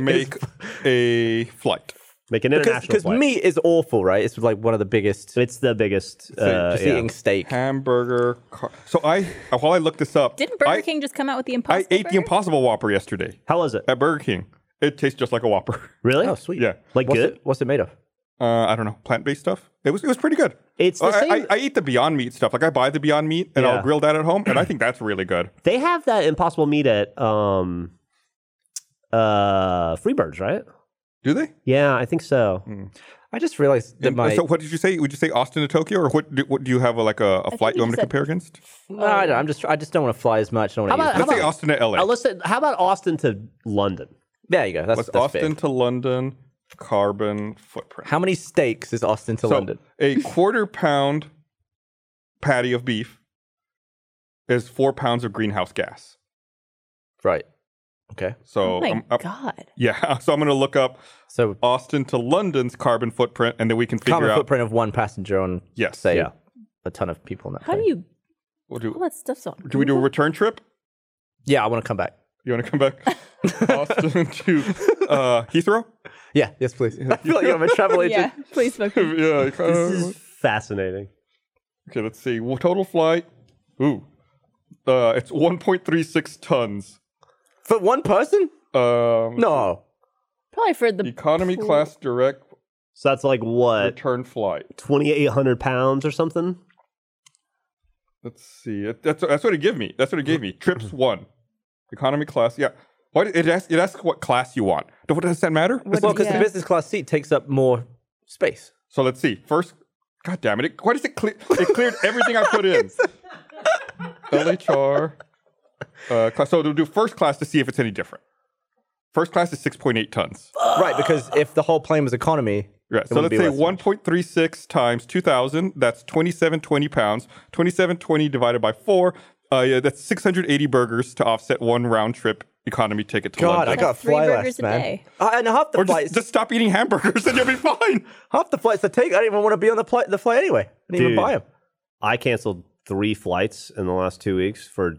make a flight?
Make an international
Because
flight.
meat is awful, right? It's like one of the biggest.
it's the biggest. Uh,
just
yeah.
eating steak.
Hamburger. Car- so I while I looked this up,
Didn't Burger
I-
King just come out with the
I
Impossible?
ate the
Burger?
Impossible Whopper yesterday.
How was it?
at Burger King. It tastes just like a Whopper.
Really?
Oh, sweet.
Yeah.
Like
what's
good?
It, what's it made of?
Uh, I don't know, plant based stuff. It was it was pretty good.
It's the
I, I-
same-
I, eat the Beyond Meat stuff. Like I buy the Beyond Meat and
Yeah.
I'll grill that at home, and I think that's really good.
They have that impossible meat at um, uh, Freebirds, right?
Do they?
Yeah, I think so.
I just realized that
And-
my.
so what did you say? Would you say Austin to Tokyo, or what? Do, what do you have a, like a, a flight
you
you want me to
said-
compare against?
No, I
Oh.
don't, I'm just. I just don't want to fly as much. I don't
How
want to.
about-
use
how
it.
Let's say Austin to LA.
Uh, let's say, how about Austin to London?
there you go. That's,
What's
that's
Austin
big.
to London carbon footprint?
How many steaks is Austin to
so
London?
a quarter pound patty of beef is four pounds of greenhouse gas.
Right. Okay.
So
Oh my
I'm- I'm-
god!
yeah. So I'm going to look up
So
Austin to London's carbon footprint, and then we can figure
carbon
out.
footprint of one passenger on
Yes.
say
Yeah.
a ton of people. In that
How do
plane.
you?
We'll
All
do,
that stuff's on.
do we do a return trip?
Yeah, I want to come back.
You want to come back? Austin to uh, Heathrow?
Yeah. Yes, please. I feel like I'm a travel
Yeah,
agent.
please book me.
yeah. like, uh,
This is fascinating.
okay, let's see. Well, total flight. Ooh. Uh, it's 1.36 tons.
For one person?
Um,
No.
Probably for the
Economy class direct
So that's like what
Uh,
return flight.
twenty eight hundred pounds or something.
Let's see. It- That's that's what it gave me. That's what it gave me. Trips one, economy class. Yeah. Why did- it asks? It asks what class you want. Don't- What does that matter?
What-
Well, because
yeah.
the business class seat takes up more space.
So let's see. First, God damn it! it why does it clear? It cleared everything I put in. LHR. Uh, class, so they'll do first class to see if it's any different. First class is six point eight tons.
right, because if the whole plane was economy,
Right.
it
So
wouldn't
let's
be
say
worth it.
1.36 times 2,000. That's 2720 pounds. 2720 divided by four. Uh, yeah, that's 680 burgers to offset one round trip economy ticket to
God,
London.
I got
Three
fly left,
burgers a
man.
day.
Uh, and half the
or
flights,
just, just stop eating hamburgers and you'll be fine.
half the flights I take, I didn't even want to be on the, pli- the flight anyway. I didn't even
Dude.
buy them.
I canceled three flights in the last two weeks for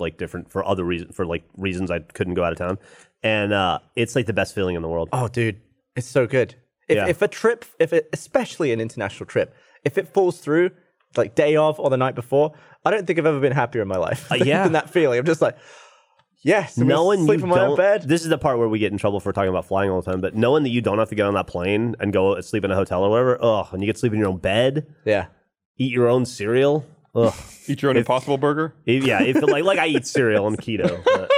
like different for other reasons for like reasons I couldn't go out of town, and uh, it's like the best feeling in the world.
Oh, dude, it's so good. If,
Yeah.
if a trip, if it, especially an international trip, if it falls through, like day of or the night before, I don't think I've ever been happier in my life
Uh, yeah.
than that feeling. I'm just like, yes, I'm gonna
knowing
sleep
you
in my own
don't-
bed.
This is the part where we get in trouble for talking about flying all the time. But knowing that you don't have to get on that plane and go sleep in a hotel or whatever, ugh, and you get to sleep in your own bed,
yeah,
eat your own cereal, ugh,
Eat your own impossible burger.
If- yeah. If like like I eat cereal on keto, but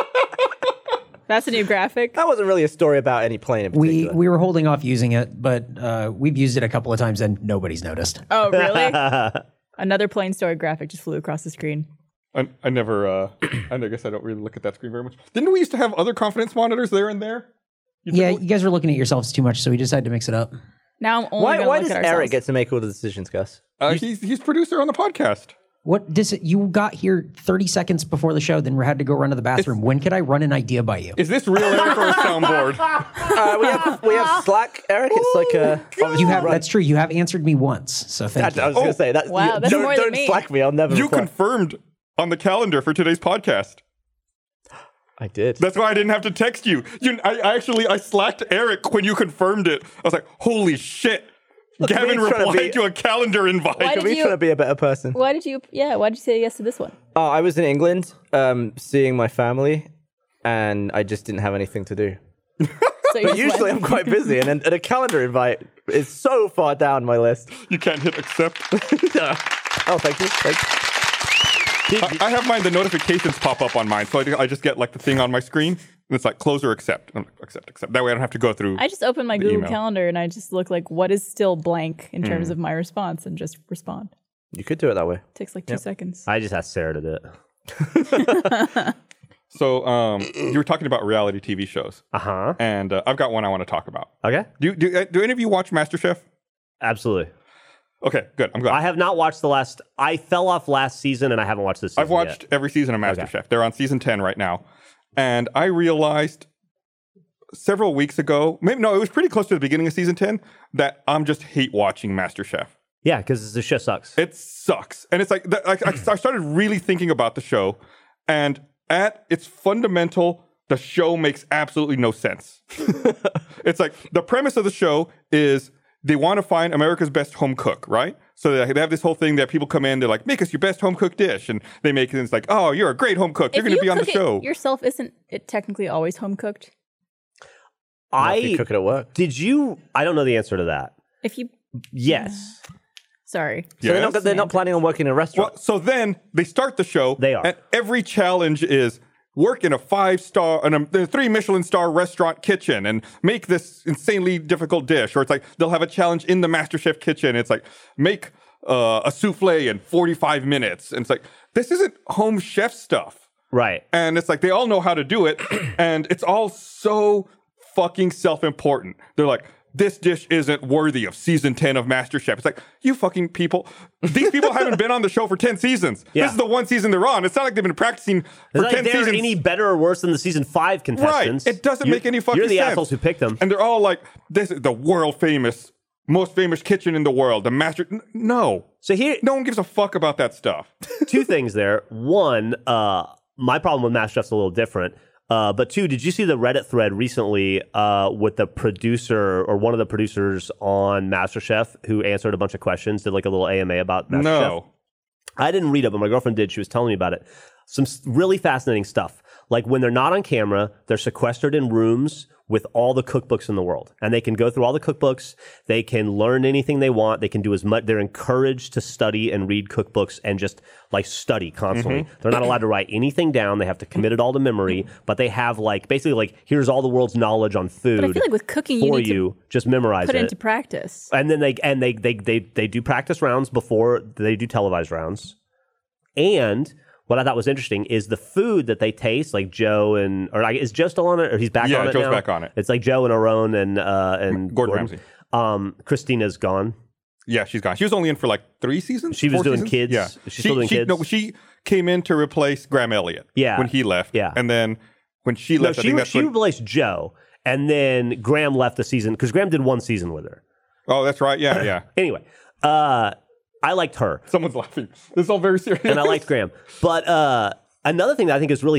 That's a new graphic.
that wasn't really a story about any plane in
We
particular.
we were holding off using it, but uh, we've used it a couple of times and nobody's noticed.
Oh, really? Another plain story graphic just flew across the screen.
I, I never, uh, I guess I don't really look at that screen very much. Didn't we used to have other confidence monitors there and there?
yeah, you guys were looking at yourselves too much, so we decided to mix it up.
Now I'm only
why
gonna
why
look
does
at ourselves.
Eric get to make all the decisions, Gus?
Uh, he's, he's producer on the podcast.
What dis- you got here 30 seconds before the show, then had to go run to the bathroom. when could I run an idea by you?
Is this real Eric or a soundboard?
Uh, we have we have Slack, Eric. It's
Oh
like a obviously
You have
run-
that's true. You have answered me once, so
I,
thank you.
I was gonna say that.
Oh. Wow,
you-
that's
don't,
more than
don't
me.
Slack me. I'll never.
You
reply.
confirmed on the calendar for today's podcast.
I did.
That's why I didn't have to text you. You, I, I actually I slacked Eric when you confirmed it. I was like, "Holy shit!" Gavin
he's trying to
replied
be-
to a calendar invite.
Why
Are
did
we
you-
trying to be a better person?
Why did you? Yeah, why did you say yes to this one?
Oh, I was in England, um, seeing my family, and I just didn't have anything to do.
So you just went-
Usually, I'm quite busy, and, and a calendar invite is so far down my list.
You can't hit accept.
Oh, thank you. Thank you.
I, I have mine. The notifications pop up on mine, so I, I just get like the thing on my screen, and it's like close or accept, I'm like, accept, accept. That way, I don't have to go through.
I just opened my Google
email. Hmm.
Calendar and I just look like what is still blank in terms of my response and just respond.
You could do it that way.
takes like two seconds.
I just asked Sarah to do it.
so, um, you were talking about reality TV shows,
Uh huh.
and uh, I've got one I want to talk about.
Okay.
Do do, uh, do any of you watch MasterChef?
Absolutely.
Okay, good. I'm glad.
I have not watched the last. I fell off last season, and I haven't watched this. Season
I've watched
Yet.
every season of MasterChef. They're on season 10 right now. And I realized several weeks ago, maybe no, it was pretty close to the beginning of season 10, that I'm just hate watching MasterChef.
Yeah, because the show sucks.
It sucks. And it's like, that- like I, I started really thinking about the show. And at its fundamental, the show makes absolutely no sense. it's like the premise of the show is they want to find America's best home cook, right? So they they have this whole thing that people come in, they're like, make us your best home cooked dish. And they make it, and it's like, oh, you're a great home cook. You're
If
going to be
you
on the
cook it
show.
yourself. Isn't it technically always home cooked?
Not if you
I
cook it at work.
did you? I don't know the answer to that.
If you,
Yes.
sorry,
So they're, not,
Yes?
they're not planning on working in a restaurant.
Well, so then they start the show.
They are.
And every challenge is work in a five star, an, um, the three Michelin star restaurant kitchen and make this insanely difficult dish. Or it's like they'll have a challenge in the MasterChef kitchen. It's like make uh, a souffle in 45 minutes. And it's like, this isn't home chef stuff.
Right.
And it's like they all know how to do it. And it's all so fucking self important. They're like, this dish isn't worthy of season 10 of MasterChef. It's like, you fucking people. These people haven't been on the show for 10 seasons.
Yeah.
This is the one season they're on. It's not like they've been practicing for
It's not
10
like they're
seasons.
any better or worse than the season five
right.
contestants.
It doesn't
You-
make any fucking
You're
sense.
the assholes who picked them.
And they're all like, this is the world famous, most famous kitchen in the world. The master. N- no.
so here,
No one gives a fuck about that stuff.
two things there. One, uh, my problem with MasterChef's a little different. Uh, but two, did you see the Reddit thread recently uh, with the producer or one of the producers on MasterChef who answered a bunch of questions, did like a little AMA about MasterChef?
no.
I didn't read it, but my girlfriend did. She was telling me about it. Some s- really fascinating stuff. Like when they're not on camera, they're sequestered in rooms with all the cookbooks in the world, and they can go through all the cookbooks. They can learn anything they want. They can do as much. They're encouraged to study and read cookbooks and just like study constantly.
Mm-hmm.
They're not allowed to write anything down. They have to commit it all to memory. But they have like basically like here's all the world's knowledge on food.
But I feel like with cooking, you
for
need to
you, just memorize
put
it
it into practice.
and then they and they they they they do practice rounds before they do televised rounds. And what I thought was interesting is the food that they taste, like Joe and or like, is Joe still on it or he's back
Yeah,
on it
Joe's
now?
back on it.
It's like Joe and Aron and uh and
Gordon Ramsay.
Um, Christina's gone.
Yeah, she's gone. She was only in for like three seasons.
She was
four
doing
seasons?
kids.
Yeah,
She's still doing
she,
kids.
No, she came in to replace Graham Elliott.
Yeah.
when he left.
Yeah.
and then when she
No,
left, I
she
think that's
she
when,
replaced Joe, and then Graham left the season because Graham did one season with her.
oh, that's right. Yeah, yeah.
Anyway, uh, I liked her.
Someone's laughing. This is all very serious.
and I liked Graham. But uh, another thing that I think is really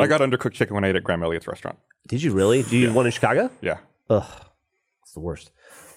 I got undercooked chicken when I ate at Graham Elliott's restaurant.
Did you really? Do you one in Chicago?
Yeah,
Ugh, it's the worst.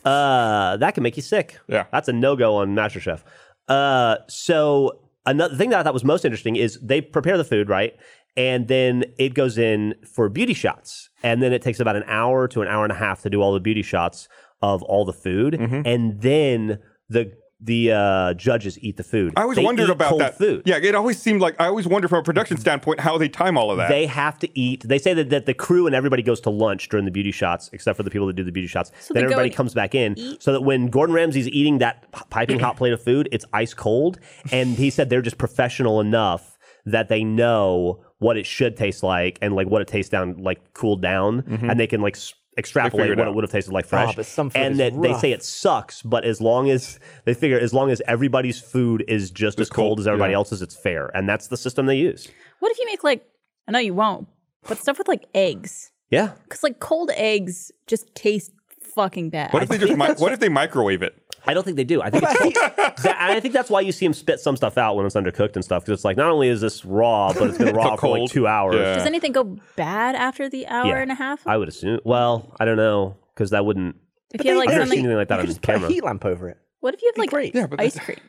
Uh, that can make you sick.
Yeah.
that's a no go on MasterChef. Uh, so another thing that I thought was most interesting is they prepare the food right, and then it goes in for beauty shots, and then it takes about an hour to an hour and a half to do all the beauty shots of all the food,
Mm-hmm.
and then the the uh, judges eat the food.
I always
They
wondered
eat
about
cold
that.
food.
Yeah, it always seemed like I always wonder from a production standpoint how they time all of that.
They have to eat. They say that, that the crew and everybody goes to lunch during the beauty shots, except for the people that do the beauty shots.
they
then
go
everybody
and
comes back in,
eat?
so that when Gordon Ramsay's eating that p- piping hot plate of food, it's ice cold. And he said they're just professional enough that they know what it should taste like and like what it tastes down like cooled down, and they can like. s- Extrapolate
Mm-hmm. figured
what
out.
it would have tasted like fresh,
Oh, but some food
and
is
that they
rough.
say it sucks. But as long as they figure, as long as everybody's food is just as cold,
cold,
as everybody
yeah.
else's, it's fair, and that's the system they use.
What if you make like I know you won't, but stuff with like eggs
Yeah,
because like cold eggs just taste fucking bad.
what if they just mi- what if they microwave it?
I don't think they do. I think it's that, and I think that's why you see him spit some stuff out when it's undercooked and stuff because it's like not only is this raw, but it's been raw
all
for like
cold.
two hours.
Yeah.
Does anything go bad after the hour and a half?
I would assume. Well, I don't know because that wouldn't.
if you have like
I've never seen
something,
anything like that
you
on
could just put
camera.
a heat lamp over it.
what if you have like
but
ice cream?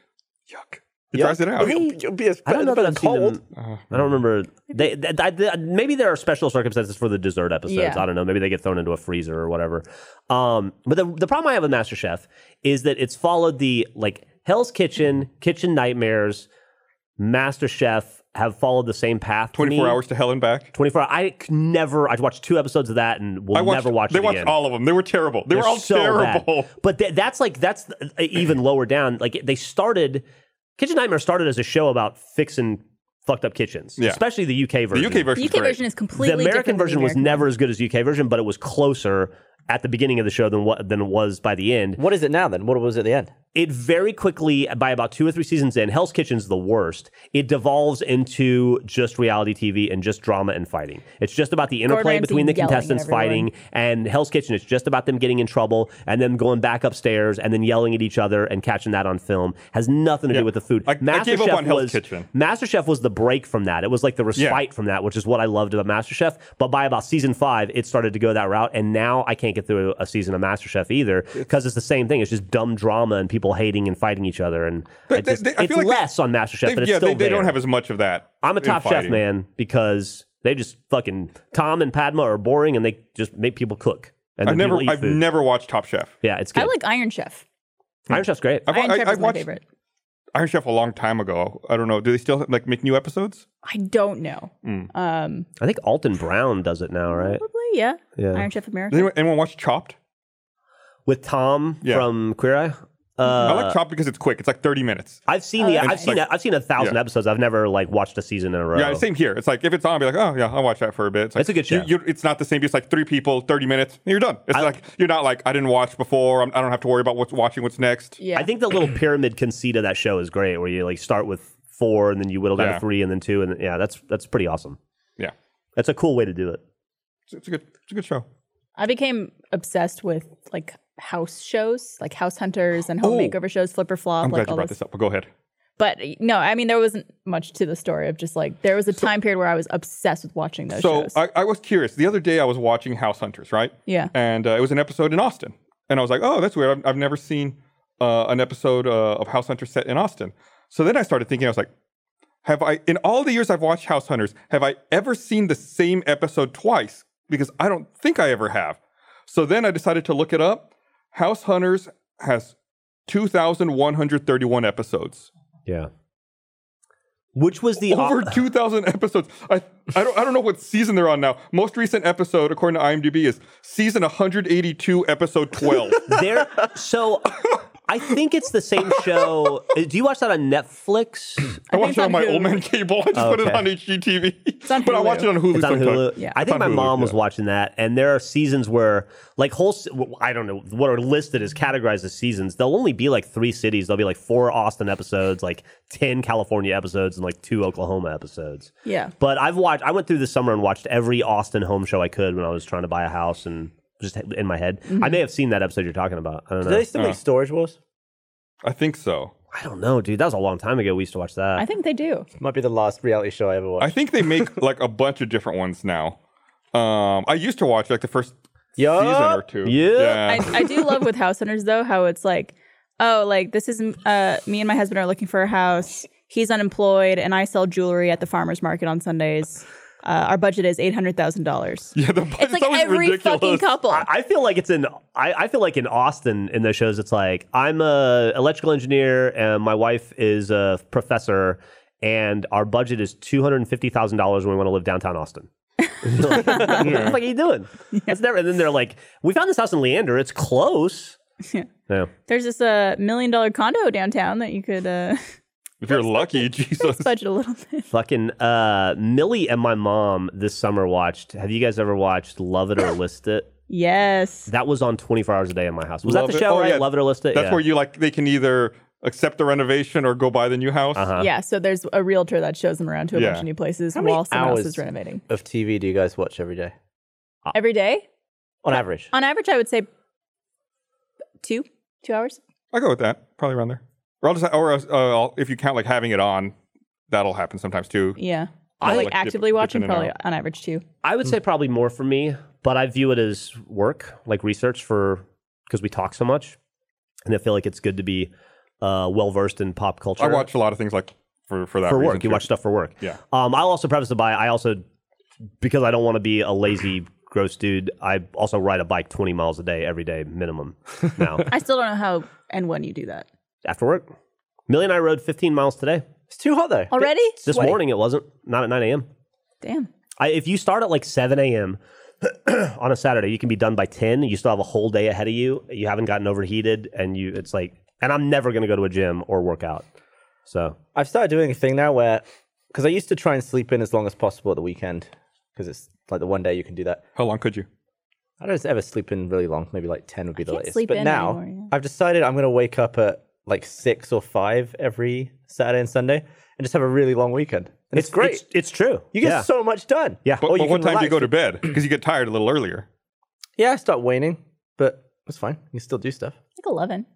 Yuck! It dries it out.
It'll be- it'll be as-
I don't know
better
that
than
I've seen
cold.
them. I don't remember. They, th th th- maybe there are special circumstances for the dessert episodes.
Yeah.
I don't know. Maybe they get thrown into a freezer or whatever. Um, but the, the problem I have with MasterChef is that it's followed the like Hell's Kitchen, Kitchen Nightmares, MasterChef have followed the same path. to me.
Twenty four hours to hell and back.
24 hours. I c- never, I watched two episodes of that and will
I watched,
never watch
They
it
watched
again.
all of them. They were terrible. They were
They're
all
so bad.
terrible.
But th- that's like, that's th- even lower down. Like they started, Kitchen Nightmare started as a show about fixing fucked up kitchens,
Yeah.
especially the UK
The
version.
UK
The
version.
UK version is
The
completely
American
different than the
version was
American
never as good as the UK version, but it was closer at the beginning of the show than what than it was by the end.
What is it now then? What was it at the end?
It very quickly, by about two or three seasons in, Hell's Kitchen's the worst. It devolves into just reality TV and just drama and fighting. It's just about the interplay
Ramsay
between the
yelling at
contestants
everyone.
fighting and Hell's Kitchen. It's just about them getting in trouble and then going back upstairs and then yelling at each other and catching that on film. Has nothing to do with the food.
I- I gave up on Hell's
was,
Kitchen.
MasterChef was the break from that. It was like the respite
Yeah.
from that, which is what I loved about MasterChef. But by about season five, it started to go that route, and now I can't get through a season of MasterChef either because it's the same thing. It's just dumb drama and people hating and fighting each other, and I
But they-
just,
they- I
it's
feel like they-
less on MasterChef,
They-
but it's
yeah,
still
they, they
there.
don't have as much of that.
I'm a
in
Top Chef
fighting.
man because they just fucking Tom and Padma are boring, and they just make people cook. And
I've
then
never,
people eat
I've
food.
never watched Top Chef.
Yeah, it's good.
I like Iron Chef.
Iron Chef's great.
I've,
Iron
I,
Chef
I
is my
watched
favorite.
Iron Chef a long time ago. I don't know. Do they still like make new episodes?
I don't know. Um,
I think Alton Brown does it now, right?
probably yeah.
Yeah.
Iron Chef America.
Does anyone, anyone watch Chopped?
With Tom
Yeah.
from Queer Eye. Uh,
I like Chopped because it's quick. It's like 30 minutes.
I've seen the
Oh,
I've
okay.
seen a, I've seen a thousand
Yeah.
episodes. I've never like watched a season in a row.
Yeah, same here. It's like if it's on, I'll be like, oh yeah, I'll watch that for a bit. It's like,
oh. It's a good show.
You, you, it's not the same. It's like three people, 30 minutes, and you're done. It's like you're not like I didn't watch before. I'm, I don't have to worry about what's watching what's next.
yeah.
I think the little pyramid conceit of that show is great, where you like start with four and then you whittle down to
Yeah.
three and then two and then, yeah, that's that's pretty awesome.
Yeah.
That's a cool way to do it.
It's, it's a good, it's a good show.
I became obsessed with like house shows, like House Hunters and Home
Oh.
Makeover shows, Flipper Flop,
I'm glad
like
you
all
brought
this.
this up. But go ahead.
But no, I mean there wasn't much to the story of just like there was a time period where I was obsessed with watching those
so
shows.
I, I was curious. The other day I was watching House Hunters, right?
yeah.
And uh, it was an episode in Austin, and I was like, oh, that's weird. I've, I've never seen uh, an episode uh, of House Hunters set in Austin. So then I started thinking, I was like, have I in all the years I've watched House Hunters, have I ever seen the same episode twice? because I don't think I ever have. So then I decided to look it up. House Hunters has 2,131 episodes.
Yeah. Which was the uh,
Over 2,000 episodes. I, I, don't, I don't know what season they're on now. Most recent episode, according to IMDb, is season 182, episode 12.
there so I think it's the same show. Uh, Do you watch that on Netflix?
I,
think
watch
it's
it on,
on
my
Hulu.
old man cable. I just put it
Okay.
on HGTV.
on
but I watch
Hulu.
it on Hulu
It's on
sometimes.
Hulu.
Yeah.
I think
It's
my
on Hulu,
mom
yeah.
was watching that, and there are seasons where, like, whole se- w- I don't know what are listed as categorized as seasons. There'll only be like three cities. There'll be like four Austin episodes, like ten California episodes, and like two Oklahoma episodes.
Yeah.
But I've watched. I went through this summer and watched every Austin home show I could when I was trying to buy a house and just in my head. I may have seen that episode you're talking about. I don't
Do
know.
they still make
Ah.
Storage Wars?
I think so.
I don't know, dude. That was a long time ago. We used to watch that.
I think they do.
Might be the last reality show I ever watched.
I think they make like a bunch of different ones now. Um, I used to watch like the first
Yup.
season or two.
Yup.
I,
Yeah.
I do love with house hunters though how it's like, oh, like this is uh, me and my husband are looking for a house. He's unemployed, and I sell jewelry at the farmers market on Sundays. Uh, our budget is eight hundred thousand dollars.
yeah the,
It's like every fucking couple.
I, I feel like it's in. I, I feel like in Austin in those shows, it's like I'm a electrical engineer and my wife is a professor, and our budget is two hundred and fifty thousand dollars when we want to live downtown Austin. what the fuck are you doing? It's never. And then they're like, we found this house in Leander. It's close.
Yeah.
Yeah.
There's this uh, million dollar condo downtown that you could uh,
If you're lucky, Jesus.
budget a little bit.
Fucking uh, Millie and my mom this summer watched. Have you guys ever watched Love It or List It?
Yes.
That was on 24 hours a day in my house. Was
Love
that the
It-
show,
oh,
right?
yeah.
Love It or List It?
That's
Yeah.
where you like they can either accept the renovation or go buy the new house.
Uh-huh.
yeah. So there's a realtor that shows them around to a
Yeah.
bunch of new places
How many
while someone else
hours?
is renovating.
of TV do you guys watch every day?
Every day,
On average.
on average, I would say two, two hours.
I'll go with that. Probably around there. Or I'll just or uh, I'll, if you count like having it on, that'll happen sometimes too.
Yeah.
I-
I like
Like dip-
actively
dip
watching
in and
probably
out.
on average two.
I
Hmm.
would say probably more for me, but I view it as work, like research for because we talk so much, and I feel like it's good to be uh, well versed in pop culture.
I watch a lot of things like for for that
for
reason,
work. You
too.
watch stuff for work.
Yeah.
Um, I'll also preface it by I also because I don't want to be a lazy. Gross dude. I also ride a bike 20 miles a day every day minimum now
I still don't know how and when you do that.
after work. Millie and I rode 15 miles today.
It's too hot though.
Already?
This morning it wasn't, not at 9 a.m.
Damn.
I, if you start at like 7 a.m. on a Saturday, you can be done by 10. You still have a whole day ahead of you. You haven't gotten overheated, and you it's like, and I'm never going to go to a gym or work out. So
I've started doing a thing now where, because I used to try and sleep in as long as possible at the weekend, because it's like the one day you can do that.
How long could you?
I don't ever sleep in really long. Maybe like ten would be the
can't
latest.
sleep
but
in
now
anymore, yeah.
I've decided I'm going to wake up at like six or five every Saturday and Sunday and just have a really long weekend. And it's, great.
It's, it's true.
you get
yeah.
so much done.
Yeah.
But,
Or you
but what
can
time do
relax.
you go to bed? Because you get tired a little earlier.
Yeah, I start waning, but it's fine. You can still do stuff.
Like 11,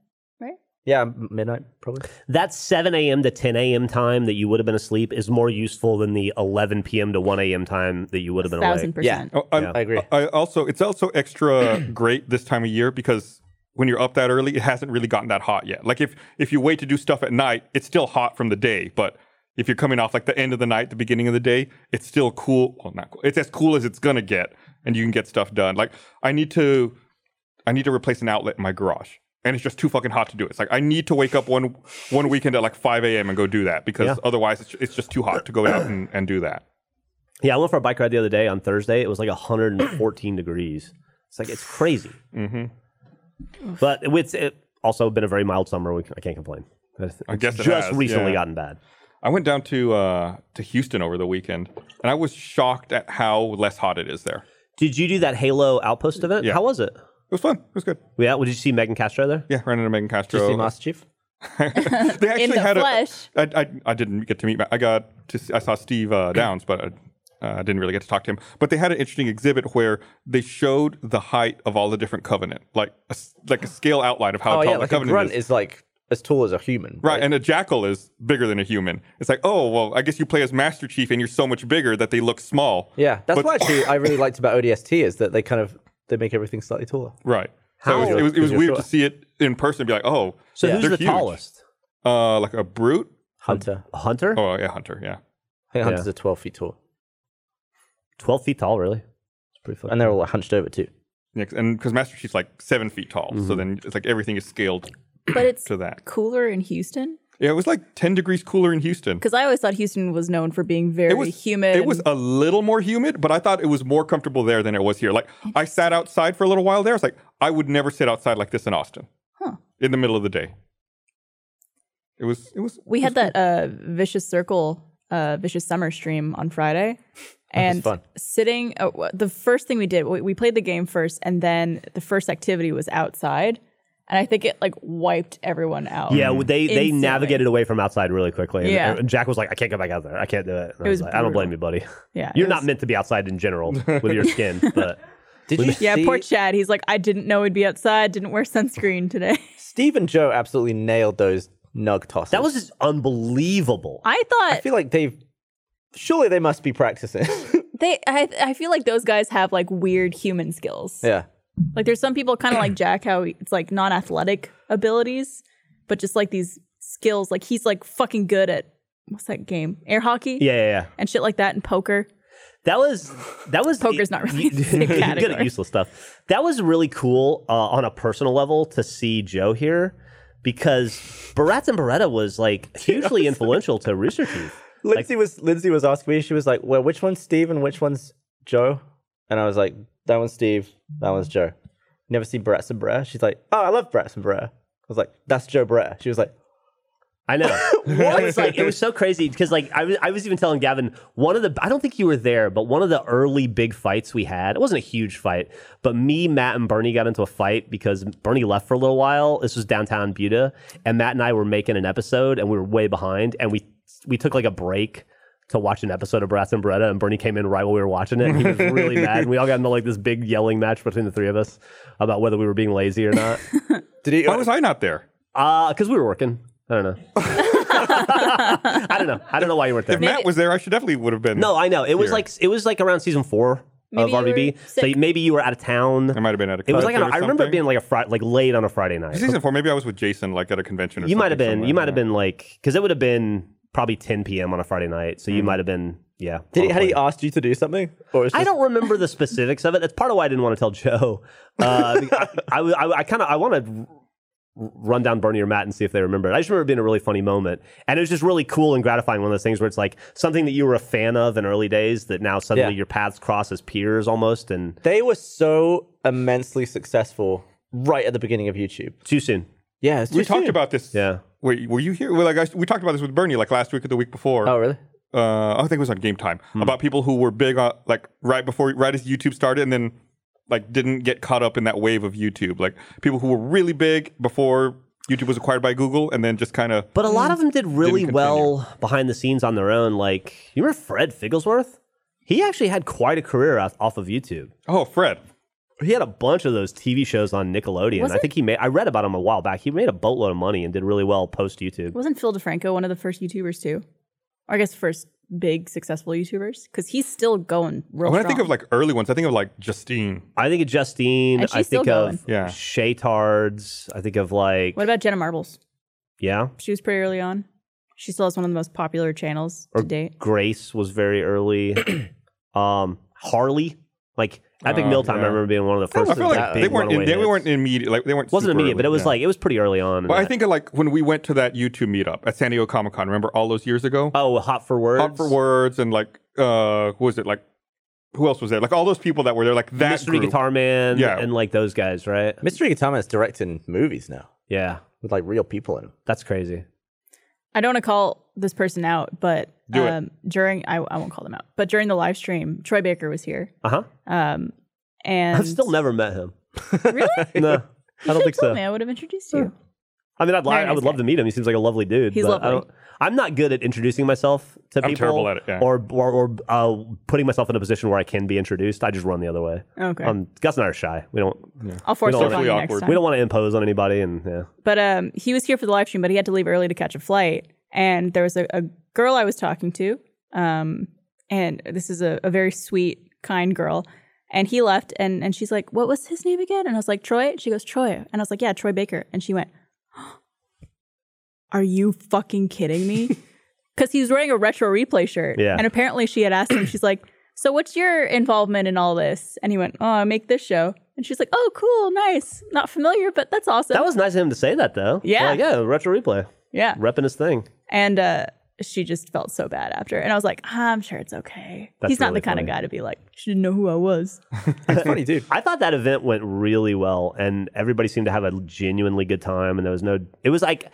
right?
Yeah, m- midnight probably.
that 7 a.m. to 10 a.m. time that you would have been asleep is more useful than the 11 p.m. to 1 a.m. time that you would have been
Thousand
awake.
percent.
Oh, I,
I agree.
I also it's also extra great this time of year because when you're up that early, it hasn't really gotten that hot yet. Like if if you wait to do stuff at night, it's still hot from the day, but if you're coming off like the end of the night, the beginning of the day, it's still cool. Well, not cool. It's as cool as it's gonna get, and you can get stuff done. Like I need to, I need to replace an outlet in my garage, and it's just too fucking hot to do it. It's like I need to wake up one one weekend at like 5 a.m. and go do that because otherwise it's, it's just too hot to go out and, and do that.
Yeah, I went for a bike ride the other day on Thursday. It was like 114 degrees. It's like it's crazy. Mm-hmm. But it's it also been a very mild summer. We, I can't complain.
I guess it
just
has,
recently
yeah.
gotten bad.
I went down to uh, to Houston over the weekend, and I was shocked at how less hot it is there.
Did you do that Halo Outpost event?
Yeah.
How was it?
It was fun. It was good.
Yeah, well, did you see Megan Castro there?
Yeah, ran into Megan Castro.
Just do Master Chief.
they actually
the
had a-
flesh.
I, I, I didn't get to meet. Ma- I got to. See, I saw Steve uh, Downs, but I uh, didn't really get to talk to him. But they had an interesting exhibit where they showed the height of all the different covenant, like a, s- like a scale outline of how
Oh
tall
yeah,
the
like a
covenant
grunt
is.
is like as tall as a human.
Right, and a jackal is bigger than a human. It's like, oh well, I guess you play as Master Chief, and you're so much bigger that they look small.
Yeah, that's
But-
what actually I really liked about ODST is that they kind of they make everything slightly taller.
Right. So it was,
How?
it was, it was
Because you're
weird
short.
to see it in person. and Be like, oh,
So
yeah,
who's
they're
the
huge.
tallest?
Uh, like a brute.
Hunter,
Hunter?
Oh yeah, hunter. Yeah.
I think
Yeah.
hunters are twelve feet tall.
12 feet tall, really? It's pretty fucking
and they're all like, hunched over too.
Yeah, 'cause- and because Master Chief's like seven feet tall, so then it's like everything is scaled
But it's
to that.
cooler in Houston
Yeah, it was like ten degrees cooler in Houston.
because I always thought Houston was known for being very
it was
humid.
It was
and-
a little more humid, but I thought it was more comfortable there than it was here. Like I sat outside for a little while there. It's like I would never sit outside like this in Austin.
Huh.
In the middle of the day. It was. It was.
we had that uh, vicious circle, uh, vicious summer stream on Friday, and
fun.
sitting. Oh, wha- the first thing we did, we, we played the game first, and then the first activity was outside, and I think it like wiped everyone
Oh,
out.
Yeah, well, they they
Instantly.
navigated away from outside really quickly. And,
Yeah.
and Jack was like, I can't go back out there. I can't do it. And I,
It was
was like, I don't
brutal.
blame you, buddy.
yeah. it
You're
was-
not meant to be outside in general with your skin. But
Did you?
Yeah,
see-
poor Chad. He's like, I didn't know he'd be outside. Didn't wear sunscreen today.
Steve and Joe absolutely nailed those nug tosses.
that was just unbelievable.
I thought
I feel like they've. Surely they must be practicing.
they. I, I feel like those guys have like weird human skills.
yeah.
Like there's some people kind of like Jack, how he- it's like non-athletic abilities, but just like these skills. Like he's like fucking good at what's that game? Air hockey.
yeah, yeah, yeah.
And shit like that and poker.
That was that was
Poker's not really the same
good at
category.
useless stuff. That was really cool uh, on a personal level to see Joe here because Barats and Beretta was like hugely influential to Rooster Teeth.
Lindsay was Lindsay was asking me. She was like, "Well, which one's Steve and which one's Joe?" And I was like, "That one's Steve. That one's Joe." Never seen Brett and Brett. She's like, "Oh, I love Brett and Brett." I was like, "That's Joe Brett." She was like,
I know. It was like it was so crazy because like I was I was even telling Gavin one of the I don't think you were there, but one of the early big fights we had. It wasn't a huge fight, but me, Matt, and Bernie got into a fight because Bernie left for a little while. This was downtown Buda, and Matt and I were making an episode, and we were way behind, and we we took like a break. To watch an episode of Brass and Beretta, and Bernie came in right while we were watching it. And he was really mad. And we all got into like this big yelling match between the three of us about whether we were being lazy or not.
"Did he?"
Why was I not there?
Uh, because we were working. I don't know. I don't know. I don't know why you weren't there.
If Matt was there, I should definitely would have been.
no, I know. It was
Here.
like it was like around season four
Maybe you
of
were
RBB. So
sick.
maybe you were out of town.
I might have been at a.
it was like
concert
on a,
or
I remember it
something.
being like a Friday, like late on a Friday night.
season four. Maybe I was with Jason, like at a convention. or
You might have
something
been. You
somewhere.
might have been like because it would have been probably 10 p.m. on a Friday night. So
Mm-hmm.
you might have been yeah.
Did
on
he,
a
had he
plane.
asked you to do something? Or was
I
just-
don't remember the specifics of it. That's part of why I didn't want to tell Joe. Uh, I, I, I kind of I want to run down Bernie or Matt and see if they remember it. I just remember it being a really funny moment, and it was just really cool and gratifying. One of those things where it's like something that you were a fan of in early days that now suddenly
Yeah.
your paths cross as peers almost, and
They were so immensely successful right at the beginning of YouTube.
too soon.
Yeah, it's
We
too
talked
soon.
about this.
Yeah.
Wait, were you here? Well, like I, we talked about this with Bernie like last week or the week before.
Oh, really?
uh, I think it was on Game Time
Hmm.
about people who were big on like right before right as YouTube started and then like didn't get caught up in that wave of YouTube. Like people who were really big before YouTube was acquired by Google and then just kind of
But a lot of them did really
Didn't continue.
well behind the scenes on their own. Like you remember Fred Figglesworth? He actually had quite a career off off of YouTube.
oh Fred.
He had a bunch of those TV shows on Nickelodeon. I
Wasn't-
think he made. I read about him a while back. He made a boatload of money and did really well post YouTube.
Wasn't Phil DeFranco one of the first YouTubers too? Or I guess first big successful YouTubers because he's still going real
When I
strong.
think of like early ones, I think of like Justine.
I think of Justine.
And she's
I think
still
of
going.
Yeah.
Shaytards. I think of like
what about Jenna Marbles?
yeah.
She was pretty early on. She still has one of the most popular channels to date.
Grace was very early. um, Harley. Like Epic
Oh,
Mealtime.
yeah.
I remember being one of the first.
I feel
of
like
the
they
big
weren't in,
runaway
they
hits.
weren't immediate. Like they weren't.
Wasn't
super
immediate,
early,
but it was
yeah.
like it was pretty early on. in
Well, I
that.
think of like when we went to that YouTube meetup at San Diego Comic Con. Remember all those years ago?
Oh, hot for words.
Hot for words and like uh, who was it like? Who else was there? Like all those people that were there, like that
Mystery
group.
Guitar Man.
Yeah.
and like those guys, right?
Mystery Guitar Man's directing movies now
Yeah,
with like real people in them.
that's crazy.
I don't want to call this person out, but
Do it.
um, during I, I won't call them out, but during the live stream, Troy Baker was here,
Uh huh.
um, and
I've still never met him.
really.
no, I don't think so.
Told me I would have introduced you.
I mean, I'd lie.
Very
I would
nice
love
guy.
to meet him. He seems like a lovely dude.
He's
but I
lovely.
don't, I'm not good at introducing myself to
I'm
people.
terrible at it, yeah.
Or or, or uh, putting myself in a position where I can be introduced. I just run the other way.
Okay,
Um, Gus and I are shy. We don't
I'll force
we
it on
don't
really
you
awkward.
next time.
we don't want to impose on anybody. And yeah,
but um, he was here for the live stream, but he had to leave early to catch a flight. And there was a, a girl I was talking to, um, and this is a, a very sweet, kind girl. And he left, and and she's like, "What was his name again?" And I was like, "Troy." And she goes, "Troy," and I was like, "Yeah, Troy Baker." And she went, "Are you fucking kidding me?" Because he was wearing a retro replay shirt,
Yeah.
and apparently she had asked him. She's like, so what's your involvement in all this? And he went, oh, I make this show. And she's like, oh, cool, nice. Not familiar, but that's awesome.
That was nice of him to say that, though.
Yeah.
Like, yeah, retro replay.
yeah.
Repping his thing.
And uh, she just felt so bad after. And I was like, "Ah, I'm sure it's okay.
That's
He's not
really
the kind
funny.
of guy to be like, she didn't know who I was.
It's funny, dude.
I thought that event went really well, and everybody seemed to have a genuinely good time, and there was no. It was like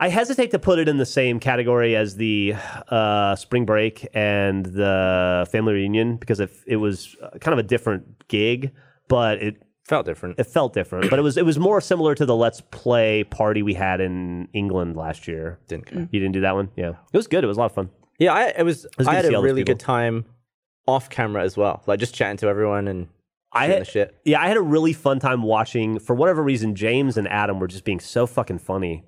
I hesitate to put it in the same category as the uh, spring break and the family reunion because if it was uh, kind of a different gig, but it
Felt different.
it felt different. But it was it was more similar to the let's play party we had in England last year.
Didn't care.
You didn't do that one, yeah? It was good. It was a lot of fun.
Yeah, I it was.
was good
I
to
had
see
a
all those
really
people.
good time off camera as well. Like just chatting to everyone and
I
shooting
had-
the shit.
Yeah, I had a really fun time watching. For whatever reason, James and Adam were just being so fucking funny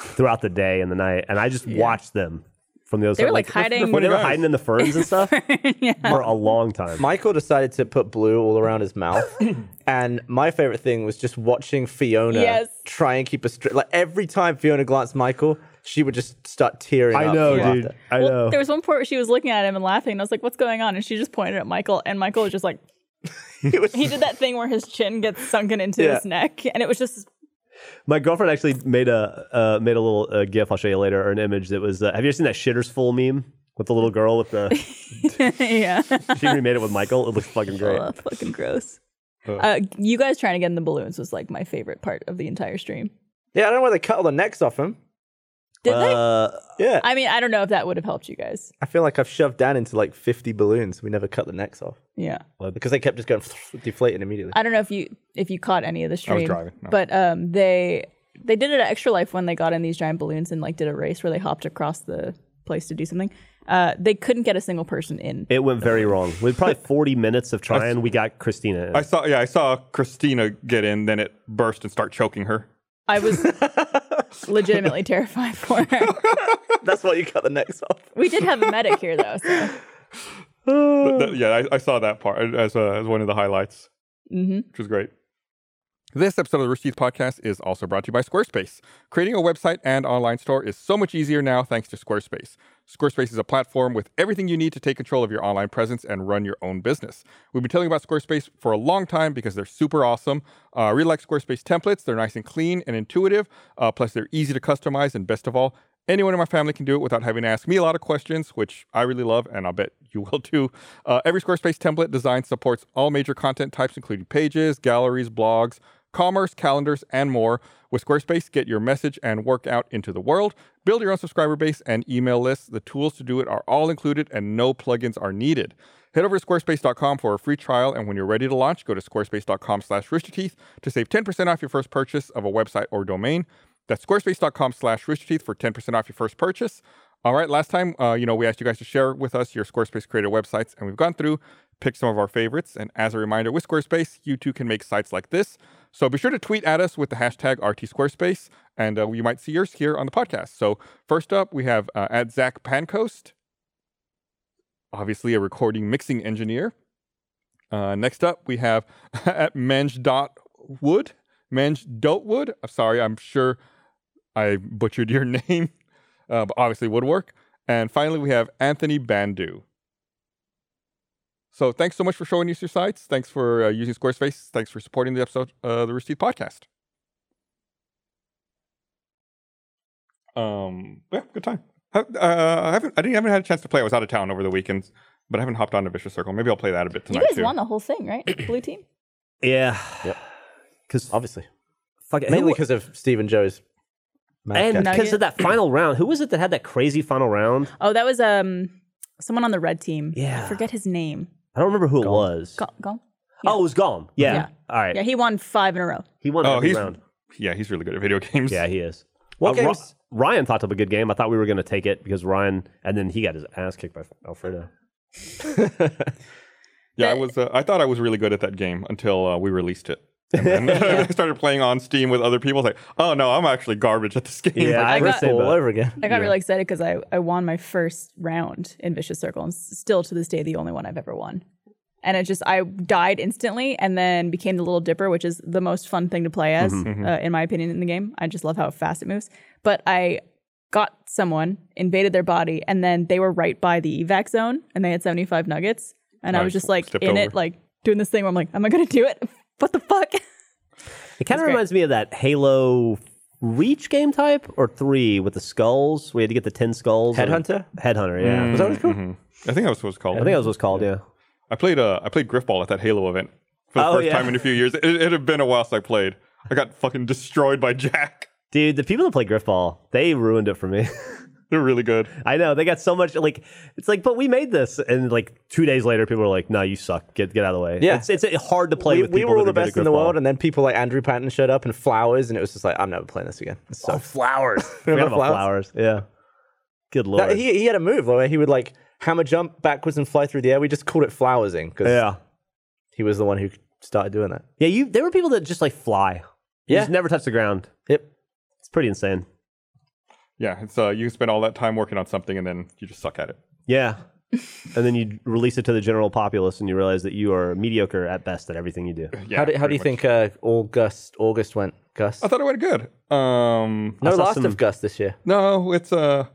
throughout the day and the night, and I just watched them from the other
They
side.
were, like, hiding-
when they were
Funny guys.
hiding in the ferns and stuff
yeah.
for a long time.
Michael decided to put blue all around his mouth, and my favorite thing was just watching Fiona
Yes.
try and keep a straight. Like every time Fiona glanced Michael, she would just start tearing. up from laughter.
I
Well, there was one point where she was looking at him and laughing, and I was like, "What's going on?" And she just pointed at Michael, and Michael was just like,
It was-
he did that thing where his chin gets sunken into
Yeah.
his neck, and it was just
My girlfriend actually made a uh, made a little uh, GIF. I'll show you later, or an image that was. Uh, have you ever seen that shitters full meme with the little girl with the?
yeah,
she remade it with Michael. It looks fucking great.
Ugh, fucking gross. Uh, you guys trying to get in the balloons was like my favorite part of the entire stream.
yeah, I don't know why they cut all the necks off him.
Did they?
Uh,
Yeah, I,
I mean, I don't know if that would have helped you guys.
feel like I've shoved down into like fifty balloons. We never cut the necks off
Yeah,
because they kept just going deflating immediately.
I don't know if you if you caught any of the stream,
driving, no.
but um, they they did it at Extra Life when they got in these giant balloons and like did a race where they hopped across the place to do something. Uh, they couldn't get a single person in.
it went very wrong. With probably forty minutes of trying, we got Christina. in.
I saw, yeah, I saw Christina get in, then it burst and start choking her.
I was legitimately terrified for her.
That's why you cut the necks off.
We did have a medic here though. So.
Th- th- yeah, I, I saw that part as, uh, as one of the highlights,
hmm
which was great. This episode of the Rooster Teeth Podcast is also brought to you by Squarespace. Creating a website and online store is so much easier now thanks to Squarespace. Squarespace is a platform with everything you need to take control of your online presence and run your own business. We've been telling you about Squarespace for a long time because they're super awesome. Uh, I really like Squarespace templates. They're nice and clean and intuitive. Uh, plus, they're easy to customize. And best of all, anyone in my family can do it without having to ask me a lot of questions, which I really love, and I'll bet you will too. Uh, every Squarespace template design supports all major content types, including pages, galleries, blogs, commerce, calendars, and more. With Squarespace, get your message and work out into the world. Build your own subscriber base and email lists. The tools to do it are all included and no plugins are needed. Head over to squarespace.com for a free trial, and when you're ready to launch, go to squarespace.com slash roosterteeth to save 10% off your first purchase of a website or domain. That's squarespace.com slash roosterteeth for 10% off your first purchase. All right, last time, uh, you know, we asked you guys to share with us your Squarespace creator websites, and we've gone through, picked some of our favorites. And as a reminder, with Squarespace, you too can make sites like this. So be sure to tweet at us with the hashtag RTSquarespace, and uh, you might see yours here on the podcast. So first up, we have uh, at Zach Pancoast, obviously a recording mixing engineer. Uh, next up, we have at Manj.Wood, Manj.Wood. I'm sorry, I'm sure I butchered your name, uh, but obviously woodwork. And finally, we have Anthony Bandu. So thanks so much for showing us your sites. Thanks for uh, using Squarespace. Thanks for supporting the episode uh, the Receipt podcast. Um, yeah, good time. Ha- Uh, I haven't, I didn't, I haven't had a chance to play. I was out of town over the weekend, but I haven't hopped onto Vicious Circle. Maybe I'll play that a bit
You
tonight.
guys
too.
won the whole thing, right? Blue team.
yeah,
Yep.
because
Obviously,
fucking who-
mainly because of Steve and Joe's.
and
madcap.
Nugget.
because of that final round, who was it that had that crazy final round?
Oh, that was um someone on the red team.
Yeah.
I forget his name.
I don't remember who it was.
Gone. Gone?
Oh, it was Gom. Yeah.
Yeah.
All right.
Yeah, he won five in a row.
he won
Oh,
every
he's-
round.
Yeah, he's really good at video games.
Yeah, he is.
What
Ri-
games-
Ryan thought up a good game. I thought we were going to take it because Ryan, and then he got his ass kicked by Alfredo.
Yeah, I
But-
was. Uh, I thought I was really good at that game until uh, we released it. And then I started playing on Steam with other people. It's Like, oh no, I'm actually garbage at this game.
Yeah, I,
I
would
got-
say
all
that.
over again.
I got really excited because I, I won my first round in Vicious Circle, and s- still to this day the only one I've ever won. And it just I died instantly, and then became the Little Dipper, which is
Mm-hmm.
the most fun thing to play as, uh, in my opinion, in the game. I just love how fast it moves. But I got someone, invaded their body, and then they were right by the evac zone and they had 75 nuggets. And I
I
was
just
just like
stepped
in it,
over.
like doing this thing where I'm like, am I going to do it? What the fuck?
It kind of
That's great.
reminds me of that Halo Reach game type or three with the skulls. We had to get the ten skulls. on a-
Headhunter? Mm.
Headhunter. Yeah.
Was that what it's called?
I think that was what it's called.
I think that was what it's called. Yeah.
I played uh, I played griffball at that Halo event for the
Oh,
first
yeah.
time in a few years. It, it had been a while since I played. I got fucking destroyed by Jack.
Dude, the people that play Griffball, they ruined it for me.
They're really good.
I know they got so much like it's like, but we made this, and like two days later, people were like, "No, you suck. Get get out of the way."
Yeah.
it's, it's hard to play
we,
with.
we
people
were all
that
the
are good at
best in the
Griffball.
world, and then people like Andrew Patton showed up and flowers, and it was just like, I'm never playing this again. It
oh,
sucks.
flowers. Forgot about flowers. Yeah. Good lord.
That- he, he had a move where he would like hammer jump backwards and fly through the air. We just called it flowersing because
yeah.
he was the one who started doing that.
Yeah. You. There were people that just like fly. They
Yeah.
Just never touch the ground.
Yep.
It's pretty insane.
Yeah, it's uh, you spend all that time working on something and then you just suck at it.
Yeah. and then you release it to the general populace, and you realize that you are mediocre at best at everything you do.
Yeah,
how do, how do
pretty
you
much.
think uh, August August went, Gus?
I thought it went good. Um,
no
I saw
Last
some-
of Gus this year.
no, it's uh,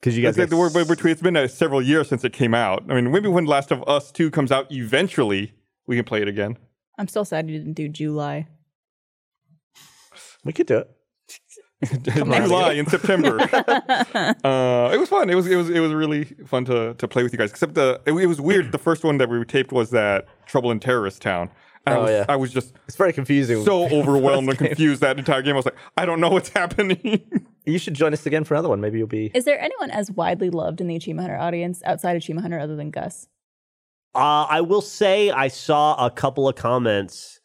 Because you
it's
guys.
like
get
the word
s-
between. It's been uh, several years since it came out. I mean, maybe when Last of Us Two comes out, eventually we can play it again.
I'm still sad you didn't do July.
We could do it.
July and September. uh, it was fun. It was it was it was really fun to to play with you guys. Except the it, it was weird. The first one that we taped was that Trouble in Terrorist Town. And I
Oh,
was,
yeah.
I was just
It's very confusing.
so overwhelmed and confused that entire game. I was like, I don't know what's happening.
you should join us again for another one. Maybe you'll be.
Is there anyone as widely loved in the Achievement Hunter audience outside Achievement Hunter other than Gus?
Uh, I will say I saw a couple of comments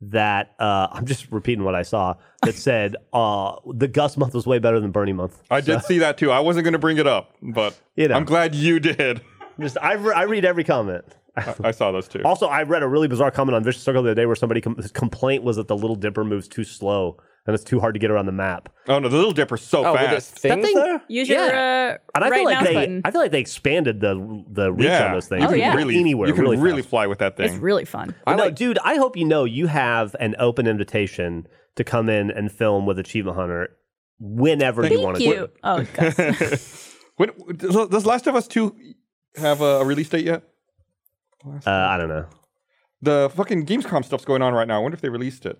that uh, I'm just repeating what I saw that said uh, the Gus month was way better than Bernie month.
I did see that too. I wasn't going to bring it up, but
You know.
I'm glad you did.
Just I, re- I read every comment.
I, I saw those too.
Also, I read a really bizarre comment on Vicious Circle the other day where somebody com- his complaint was that the Little Dipper moves too slow and it's too hard to get around the map.
Oh no, the Little Dipper's so
Oh, with this
fast.
thing,
thing-
though?
Use your
Yeah.
uh,
And I
right
feel like
mouse
they,
button.
I feel like they expanded the the reach
yeah,
on those
You
things.
Oh,
can
yeah.
really,
anywhere,
You can
really,
really,
fast.
fly with that thing.
it's really fun.
I know, dude. I hope you know you have an open invitation to come in and film with Achievement Hunter whenever you want
Thank
to.
you. Oh, Gus.
When, does does Last of Us Two have a release date yet?
Uh, I don't know.
The fucking Gamescom stuff's going on right now. I wonder if they released it.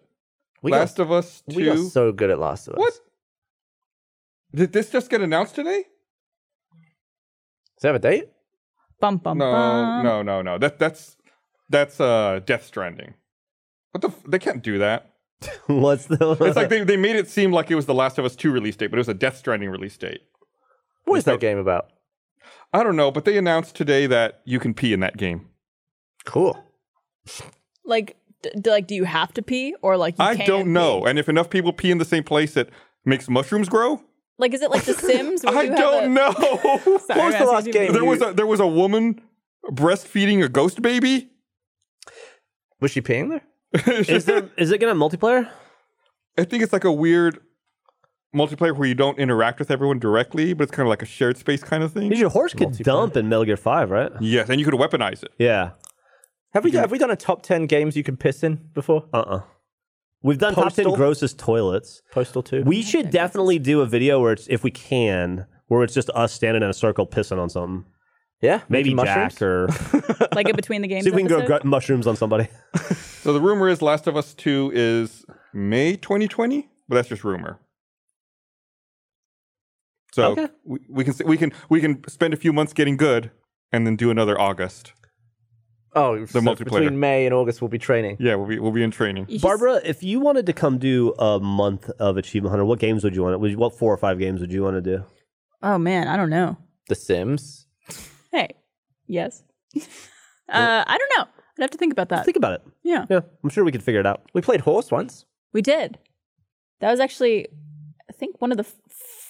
We got,
Last of Us
we got
Two.
so good at Last of Us.
What? Did this just get announced today?
Does it have a date?
bum bum
No,
bum.
no, no, no. That that's that's uh Death Stranding. What the? F- they can't do that.
What's the?
It's like they, they made it seem like it was the Last of Us Two release date, but it was a Death Stranding release date.
What is that game about?
I don't know, but they announced today that you can pee in that game.
Cool.
Like, d- d- like, do you have to pee or like? You
I
can
don't
pee?
know. And if enough people pee in the same place, it makes mushrooms grow.
Like, is it like The Sims? where
I
you have
don't
a-
know.
Sorry,
What was
I'm
the
asking
last
you-
game?
there was a, there was a woman breastfeeding a ghost baby.
Was she peeing there?
is there? Is it gonna have multiplayer?
I think it's like a weird multiplayer where you don't interact with everyone directly, but it's kind of like a shared space kind of thing.
Because your horse could dump in Metal Gear Five, right?
yes, and you could weaponize it.
Yeah.
Have we, done, have we done a top 10 games you can piss in before?
Uh. uh We've done top ten
Postal?
grossest toilets.
Postal 2?
We should definitely do a video where it's if we can, where it's just us standing in a circle pissing on something.
yeah?
Maybe
mushrooms?
Jack or
like a between the games.
see if we can go
episode?
gr- mushrooms on somebody.
So the rumor is Last of Us 2 is May 2020, but that's just rumor. So
Okay.
we, we can s- we can we can spend a few months getting good and then do another August.
Oh, so
multiplayer.
Between May and August, we'll be training.
Yeah, we'll be we'll be in training.
You just-
Barbara, if you wanted to come do a month of Achievement Hunter, what games would you want? to- Would you, what four or five games would you want to do?
Oh man, I don't know.
The Sims.
Hey, yes. uh, I don't know. I'd have to think about that.
Think about it.
yeah,
Yeah, I'm sure we could figure it out.
We played horse once.
we did. That was actually, I think, one of the f-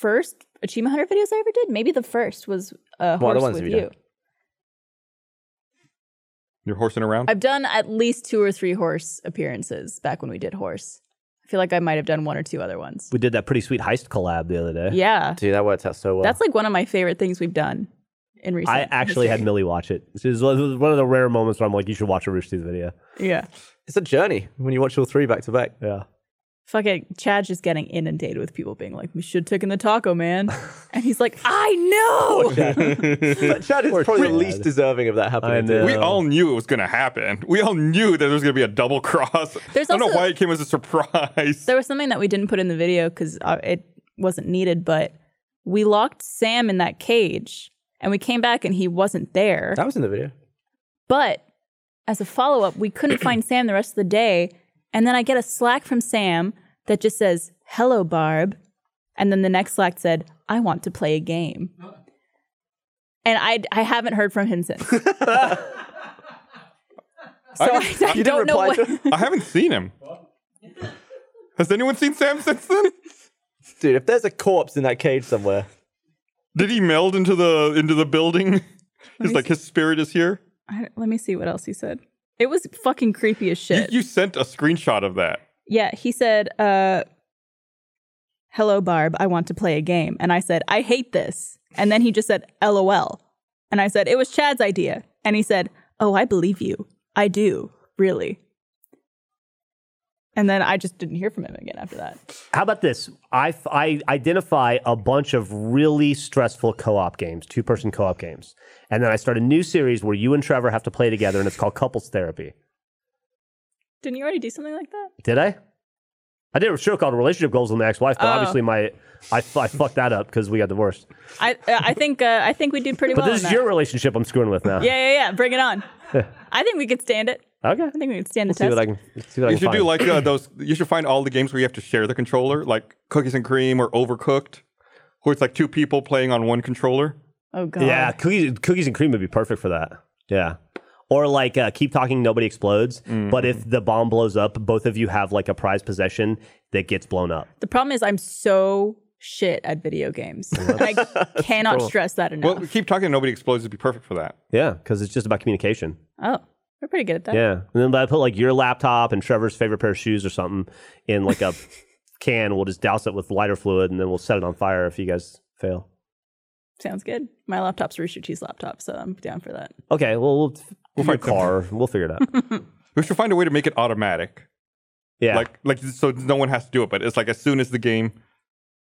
first achievement hunter videos I ever did. Maybe the first was uh,
What
horse
other ones
with
have
you.
you done?
You're horsing around.
I've done at least two or three horse appearances back when we did horse. I feel like I might have done one or two other ones.
We did that pretty sweet heist collab the other day.
Yeah,
Dude, that worked out so well.
that's like one of my favorite things we've done in recent.
I actually had
history.
Millie watch it. This is one of the rare moments where I'm like, you should watch a Rooster Teeth video.
Yeah,
it's a journey when you watch all three back to back.
Yeah.
fucking Chad's just getting inundated with people being like, "We should have taken the taco, man," and he's like, "I know."
But Chad is
Poor
probably the
Chad.
least deserving of that happening.
I know.
to
We
him.
Oh.
all knew it was going to happen. We all knew that there was going to be a double cross.
There's
I don't
also-
know why it came as a surprise.
There was something that we didn't put in the video because uh, it wasn't needed, but we locked Sam in that cage, and we came back and he wasn't there.
That was in the video.
But as a follow up, we couldn't find Sam the rest of the day. And then I get a Slack from Sam that just says, Hello, Barb. And then the next Slack said, I want to play a game. And I, I haven't heard from him since. so I, I
You didn't
don't know
reply
what.
to him?
I haven't seen him. Has anyone seen Sam since then?
Dude, if there's a corpse in that cage somewhere,
Did he meld into the into the building? He's
me
like his spirit is here.
I don't- let me see what else he said. It was fucking creepy as
You,
shit.
you sent a screenshot of that.
yeah, he said, uh, Hello, Barb. I want to play a game. And I said, I hate this. And then he just said, LOL. And I said, It was Chad's idea. And he said, Oh, I believe you. I do, really. And then I just didn't hear from him again after that.
How about this? I, f- I identify a bunch of really stressful co op games, two person co op games. And then I start a new series where you and Trevor have to play together, and it's called Couples Therapy.
Didn't you already do something like that?
Did I? I did a show called Relationship Goals with My Ex Wife, but
Oh.
obviously my I, f- I fucked that up because we got divorced.
I I think uh, I think we did pretty
But
well.
this
on
is
that.
your relationship I'm screwing with now.
yeah yeah yeah. Bring it on. I think we could stand it.
Okay.
I think we could stand the
See what I
test.
can. See what I
You
can
should do
find.
like uh, those. You should find all the games where you have to share the controller, like Cookies and Cream or Overcooked, where it's like two people playing on one controller.
oh god.
Yeah, cookies, cookies and cream would be perfect for that. Yeah. Or like uh, keep talking, nobody explodes.
Mm-hmm.
But if the bomb blows up, both of you have like a prized possession that gets blown up.
The problem is I'm so shit at video games. And I cannot stress that enough.
Well, we keep talking. Nobody explodes. It'd be perfect for that.
Yeah, because it's just about communication.
oh, we're pretty good at that.
Yeah. And then I put like your laptop and Trevor's favorite pair of shoes or something in like a can. We'll just douse it with lighter fluid and then we'll set it on fire if you guys fail.
Sounds good. My laptop's Rooster Teeth's laptop, so I'm down for that.
Okay. Well, we'll, we'll
find
car. We'll figure it out.
We should find a way to make it automatic.
Yeah.
Like, like so no one has to do it, but it's like as soon as the game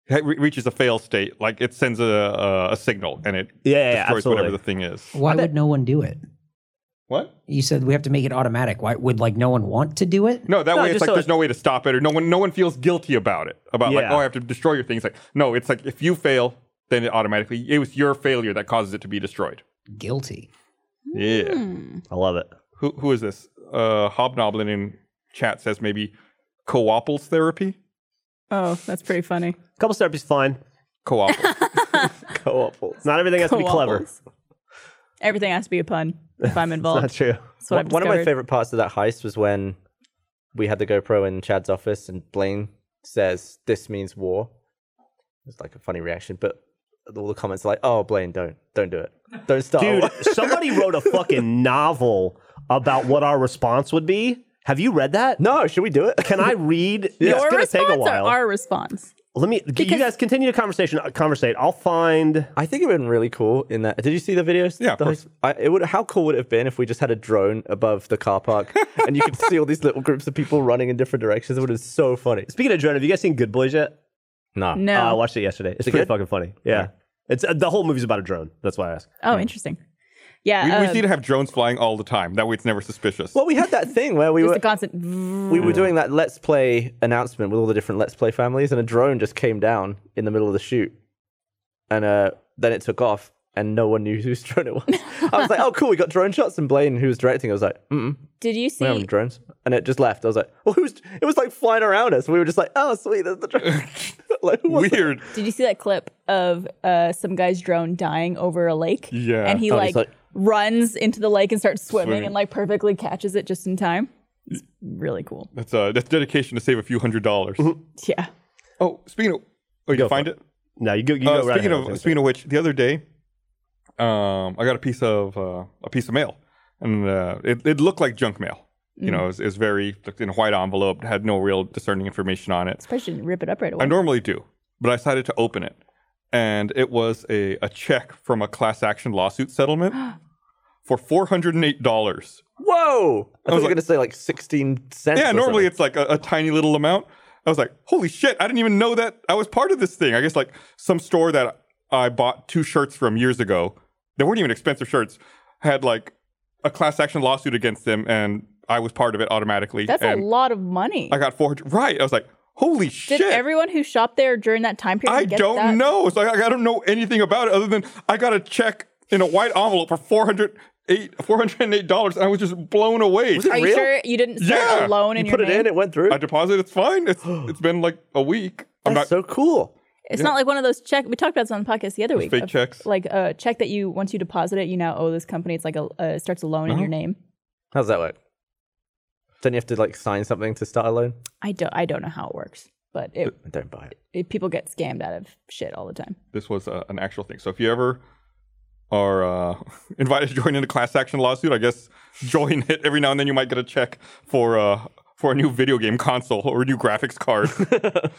ha- re- reaches a fail state, like it sends a a, a signal and it
Yeah, yeah, yeah,
destroys whatever
absolutely.
the thing is.
Why would no one do it?
What?
You said we have to make it automatic. Why would like no one want to do it?
No, that
No,
way
just
it's like
so
there's
it-
no way to stop it, or no one no one feels guilty about it. About like
Yeah.
oh I have to destroy your things. Like no, it's like if you fail, then it automatically it was your failure that causes it to be destroyed.
Guilty.
Yeah.
I love it.
Who who is this? Uh, Hobnoblin in chat says maybe co-opals therapy.
Oh, that's pretty funny.
Couple therapy's fine.
Co-opals.
co-op.
Not everything has to be clever.
Coapples. Everything has to be a pun if I'm involved.
Not true.
That's what I've
One of my
discovered.
favorite parts of that heist was when we had the GoPro in Chad's office and Blaine says, This means war. It's like a funny reaction, but all the comments are like, Oh, Blaine, don't. Don't do it. Don't
Oh.
start. a
Dude,
war."
somebody wrote a fucking novel about what our response would be. Have you read that?
no, should we do it?
Can I read? It's
Your
gonna
response
take a
or
while.
our response?
Let me. you guys continue the conversation. uh, Conversate. I'll find.
I think it would have been really cool in that. Did you see the videos?
Yeah, of
The
course.
heist? I, it would. How cool would it have been if we just had a drone above the car park and you could see all these little groups of people running in different directions? It would have been so funny.
Speaking of drone, have you guys seen Good Boys yet?
Nah.
No.
Uh, I watched it yesterday. It's
it
pretty
good?
fucking funny. Yeah. It's uh, the whole movie's about a drone. That's why I asked.
oh, interesting. Yeah.
we, we
um,
need to have drones flying all the time. That way it's never suspicious.
Well, we had that thing where we
just
were
a constant.
we were doing that Let's Play announcement with all the different Let's Play families, and a drone just came down in the middle of the shoot, and uh, then it took off, and no one knew whose drone it was. I was like, "Oh, cool, we got drone shots." And Blaine, who was directing, I was like, "Mm,
Did you see?
we haven't drones," and it just left. I was like, "Well, who's?" It was like flying around us. We were just like, "Oh, sweet, there's the drone." like, who was that?
Weird.
Did you see that clip of uh, some guy's drone dying over a lake?
Yeah.
And he
Oh,
like,
he's like-
runs into the lake and starts swimming,
Swimming.
and like perfectly catches it just in time. It's really cool.
That's uh, that's dedication to save a few hundred dollars.
Yeah.
Mm-hmm. Oh, speaking of, oh, you
Go for
find
it.
it.
No, you go. You
Uh,
go right
speaking
ahead.
of speaking of which, the other day, um, I got a piece of uh, a piece of mail, and uh, it it looked like junk mail. You know, it was, it was very in a white envelope, had no real discerning information on it.
Especially didn't rip it up right away.
I normally do, but I decided to open it, and it was a a check from a class action lawsuit settlement for four hundred and eight dollars.
Whoa! I, thought
was
you were
like-
gonna say like sixteen cents.
Yeah,
or
normally
something.
it's like a, a tiny little amount. I was like, holy shit, I didn't even know that I was part of this thing. I guess like some store that I bought two shirts from years ago, they weren't even expensive shirts, had like a class action lawsuit against them and I was part of it automatically.
That's
and
a lot of money.
I got 400. Right. I was like, holy
Did
shit.
everyone who shopped there during that time period
I
get
don't
that?
know. So I, I don't know anything about it other than I got a check in a white envelope for 408 $408 and I was just blown away.
Was it
Are you
real?
sure you didn't start
Yeah.
a loan in
You
your
put it
name?
in, it went through.
I deposited. It's fine. It's it's been like a week. I'm
That's
not
so cool.
It's not like one of those check we talked about this on the podcast the other week.
fake
of,
checks.
Like a check that you once you deposit it, you now owe this company. It's like a uh, it starts a loan in
Uh-huh.
your name.
How's that work? Don't you have to like sign something to start a loan?
I don't I don't know how it works, but it,
I don't buy it.
it people get scammed out of shit all the time.
this was uh, an actual thing. So if you ever are uh, invited to join in a class action lawsuit, I guess join it. Every now and then you might get a check for uh, for a new video game console or a new graphics card.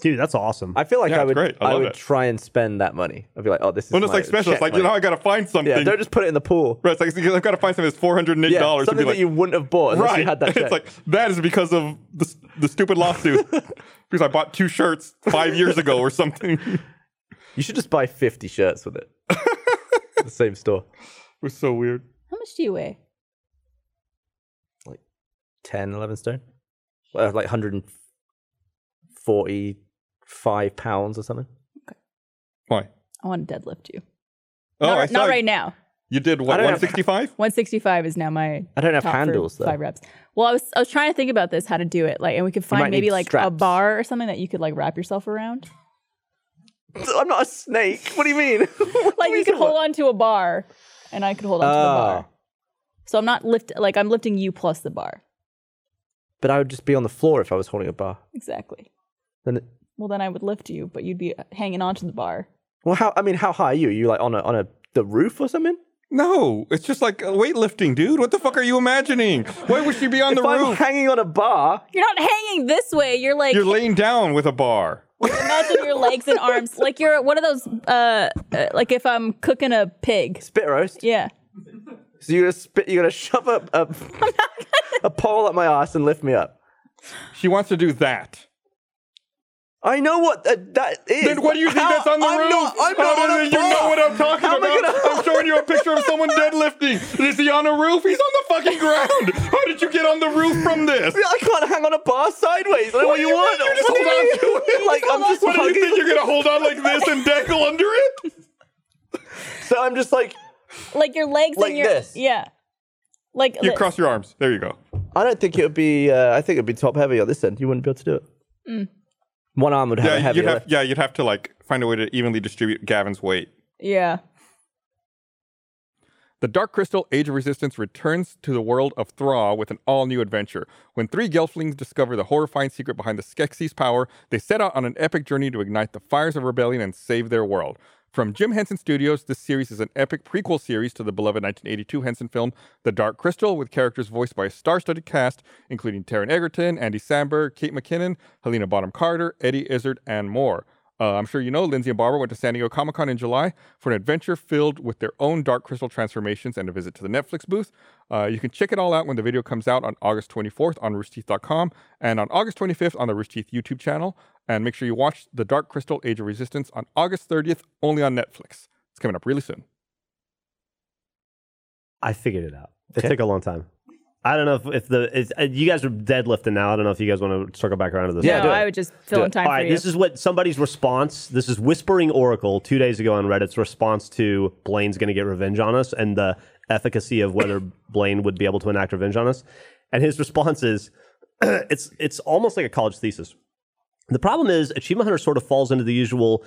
Dude, that's awesome.
I feel like
Yeah,
I
it's
would.
great. I
I,
love
would
it.
try and spend that money. I'd be like, oh, this is.
when it's
my
like special, it's
check
like you know
money.
I gotta find something.
yeah, don't just put it in the pool.
right, it's like I've gotta find something that's four hundred and eight
Yeah,
dollars.
something
like,
that you wouldn't have bought unless
right.
you had that check.
It's like that is because of the s- the stupid lawsuit because I bought two shirts five years ago or something. it
you should just buy fifty shirts with it. the same store,
was so weird.
How much do you weigh?
10, 11 stone, Uh, like hundred and forty-five pounds or something.
Why?
I want to deadlift you.
Oh,
not,
I
ri- not
saw
right now.
You did
I
what?
don't
One
have-
sixty-five.
165 is now my
I don't have
top for
handles though.
five reps. Well, I was I was trying to think about this how to do it, like, and we could
might
find
need
maybe like a
straps.
bar or something that you could like wrap yourself around.
I'm not a snake. What do you mean? What
like
do
you could
mean?
hold on to a bar, and I could hold on to the bar.
Ah.
So I'm not lift like I'm lifting you plus the bar.
But I would just be on the floor if I was holding a bar.
Exactly.
Then, it,
Well, then I would lift you, but you'd be hanging on to the bar.
well, how? I mean, how high are you? Are you like on a on a the roof or something?
No, it's just like uh, weightlifting, dude. What the fuck are you imagining? Why would she be on
if
the
I'm
roof?
hanging on a bar,
You're not hanging this way. You're like
You're laying down with a bar.
imagine your legs and arms like you're one of those uh, uh like if I'm cooking a pig.
spit roast.
Yeah.
So you're gonna spit. You're gonna shove a a, a pole up my ass and lift me up.
She wants to do that.
I know what that, that is.
Then what do you think
How-
that's on the
I'm
roof?
Not, I'm
How
not on a
does it- you know
bar.
what I'm talking
How am I
about. I'm showing you a picture of someone deadlifting. Is he on a roof? He's on the fucking ground. How did you get on the roof from this?
I can't hang on a bar sideways. I don't know what
do
you
you
want.
mean? You just hold on to it.
Like I'm just
What do you
hugging.
think you're gonna hold on like this and dangle under it?
So I'm just like
Like your legs
Like
and your
this.
yeah. Like
You
li-
cross your arms. There you go.
I don't think it would be. Uh, I think it'd be top heavy on this end. You wouldn't be able to do it. One arm would have a
Yeah,
heavier
you'd have
lift.
yeah, you'd have to like find a way to evenly distribute Gavin's weight.
yeah.
The Dark Crystal Age of Resistance returns to the world of Thraw with an all new adventure. When three Gelflings discover the horrifying secret behind the Skeksis' power, they set out on an epic journey to ignite the fires of rebellion and save their world. From Jim Henson Studios, this series is an epic prequel series to the beloved 1982 Henson film The Dark Crystal, with characters voiced by a star studded cast including Taryn Egerton, Andy Samberg, Kate McKinnon, Helena Bonham Carter, Eddie Izzard, and more. Uh, I'm sure you know Lindsay and Barbara went to San Diego Comic Con in July for an adventure filled with their own Dark Crystal transformations and a visit to the Netflix booth. Uh, you can check it all out when the video comes out on August 24th on roosterteeth.com and on August 25th on the Rooster Teeth YouTube channel. And make sure you watch The Dark Crystal Age of Resistance on August 30th only on Netflix. It's coming up really soon.
I figured it out.
Okay.
It took a long time. I don't know if, if the if, uh, you guys are deadlifting now. I don't know if you guys want to circle back around to this.
Yeah,
no,
do it.
I would just fill
Do
in
it.
time
All
for
right,
you.
this is what somebody's response. This is Whispering Oracle two days ago on Reddit's response to Blaine's going to get revenge on us and the efficacy of whether Blaine would be able to enact revenge on us. And his response is, it's it's almost like a college thesis. The problem is, Achievement Hunter sort of falls into the usual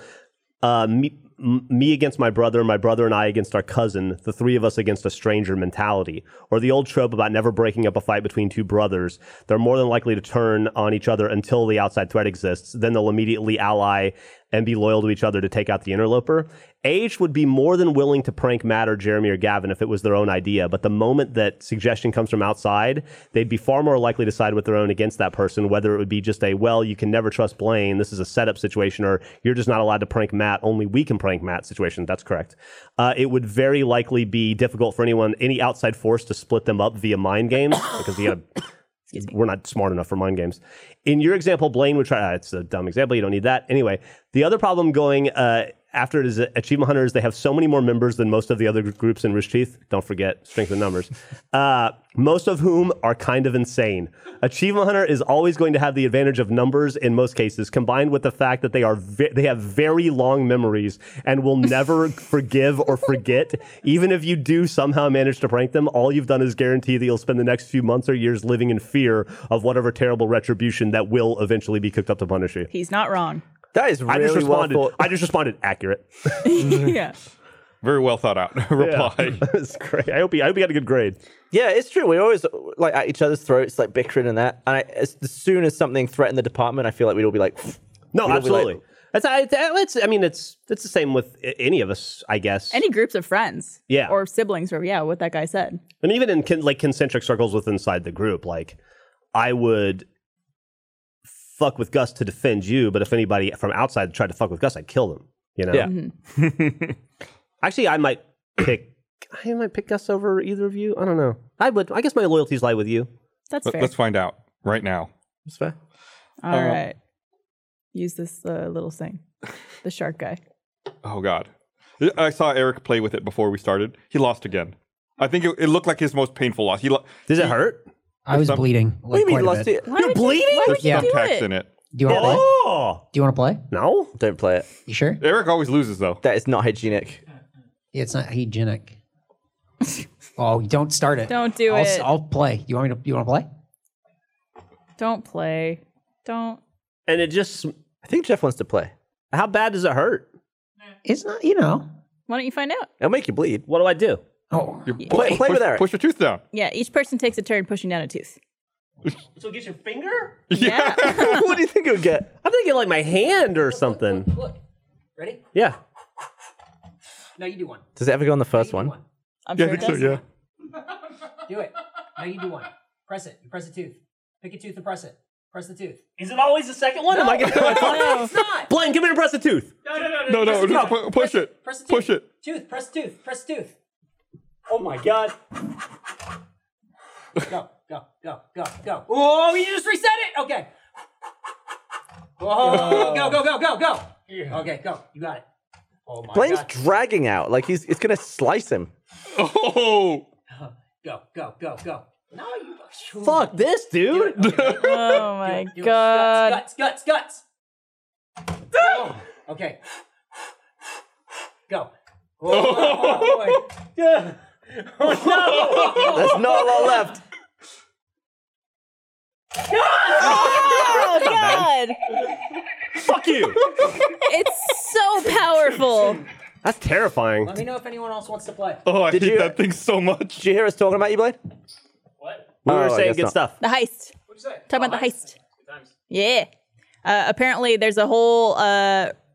uh, me, m- me against my brother, my brother and I against our cousin, the three of us against a stranger mentality, or the old trope about never breaking up a fight between two brothers. They're more than likely to turn on each other until the outside threat exists. Then they'll immediately ally and be loyal to each other to take out the interloper. Age would be more than willing to prank Matt or Jeremy or Gavin if it was their own idea, but the moment that suggestion comes from outside, they'd be far more likely to side with their own against that person, whether it would be just a, well, you can never trust Blaine, this is a setup situation, or you're just not allowed to prank Matt, only we can prank Matt situation. That's correct. Uh, it would very likely be difficult for anyone, any outside force, to split them up via mind games because you gotta
Excuse me.
We're not smart enough for mind games. In your example, Blaine would try. ah, it's a dumb example. You don't need that. Anyway, the other problem going uh, after it is Achievement Hunters. They have so many more members than most of the other gr- groups in Rooster Teeth. Don't forget strength in numbers. Uh, most of whom are kind of insane. Achievement Hunter is always going to have the advantage of numbers in most cases, combined with the fact that they are ve- they have very long memories and will never forgive or forget. Even if you do somehow manage to prank them, all you've done is guarantee that you'll spend the next few months or years living in fear of whatever terrible retribution that will eventually be cooked up to punish you.
He's not wrong.
That is
I
really
just
well
responded.
thought.
I just responded accurate.
yeah.
Very well thought out reply.
That's great. I hope you. I hope you had a good grade.
Yeah, it's true. We're always like at each other's throats, like bickering and that. And I, as, as soon as something threatened the department, I feel like we'd all be like, We'd
No,
all be like-
absolutely. That's I, that- that's. I mean, it's it's the same with a- any of us, I guess.
Any groups of friends.
Yeah.
Or siblings or yeah, what that guy said.
and even in con- like concentric circles with inside the group, like I would fuck with Gus to defend you, but if anybody from outside tried to fuck with Gus, I'd kill them. You know.
Yeah. Mm-hmm.
Actually, I might pick. I might pick Gus over either of you. I don't know. I would. I guess my loyalties lie with you.
That's
Let,
fair.
us find out right now.
"That's fair."
All right. Use this uh, little thing. The shark guy.
Oh God, I saw Eric play with it before we started. He lost again. I think it, it looked like his most painful loss. He lo-
Does it
he-
hurt?
I was
some-
bleeding.
What do
Like,
you mean,
quite a
lost
bit.
it?
Why would you-
bleeding?
Why would
There's
you do
thumbtacks
it?
in it.
Do you want to play?
Oh
Do you want to play?
no.
Don't play it.
You sure?
Eric always loses though.
That is not hygienic.
Yeah, it's not hygienic. oh, don't start it.
Don't do
I'll,
it.
I'll play. You want me to? You want to play?
Don't play. Don't.
And it just.
I think Jeff wants to play.
How bad does it hurt?
It's not. You know.
Why don't you find out?
It'll make you bleed.
What do I do?
Oh,
You're
Play- play
push,
with Eric.
Push your tooth down.
Yeah, each person takes a turn pushing down a tooth.
So get your finger.
Yeah.
what do you think it would get?
I'm thinking like my hand or something.
look. Ready?
Yeah.
No, you do one.
Does it ever go on the first one?
Oh
I'm
Yeah, I
sure it
think so.
does.
Yeah.
Do it. Now you do one. Press it. You press a tooth. Pick a tooth and press it. Press the tooth.
Is it always the second one? Am I getting
It's not.
Blaine, come here and press the tooth.
No, no,
No,
no,
no, no, pu- push it.
Press the tooth.
Push it.
Tooth. Press tooth. Press tooth.
Oh my god.
Go, go, go, go, go. Oh, you just reset it. Okay. Oh, go, go, go, go, go. Okay, go. You got it. Oh my
Blaine's
god.
dragging out. Like he's it's gonna slice him.
Oh,
Go, go, go, go. No, you.
Fuck this, dude.
Oh my
Do it.
god.
Guts, guts, guts, guts. Oh, okay. Go. Oh, boy.
There's not a lot left.
Oh god.
Fuck you.
It's so powerful.
That's terrifying.
Let me know if anyone else wants to play.
oh, I
Did
hate
you-
that thing so much.
Did you hear us talking about you, Blaine?
We
Oh, I
were saying
guess
good
not.
stuff.
The heist. Talk about the heist. Yeah. Uh, apparently, there's a whole uh,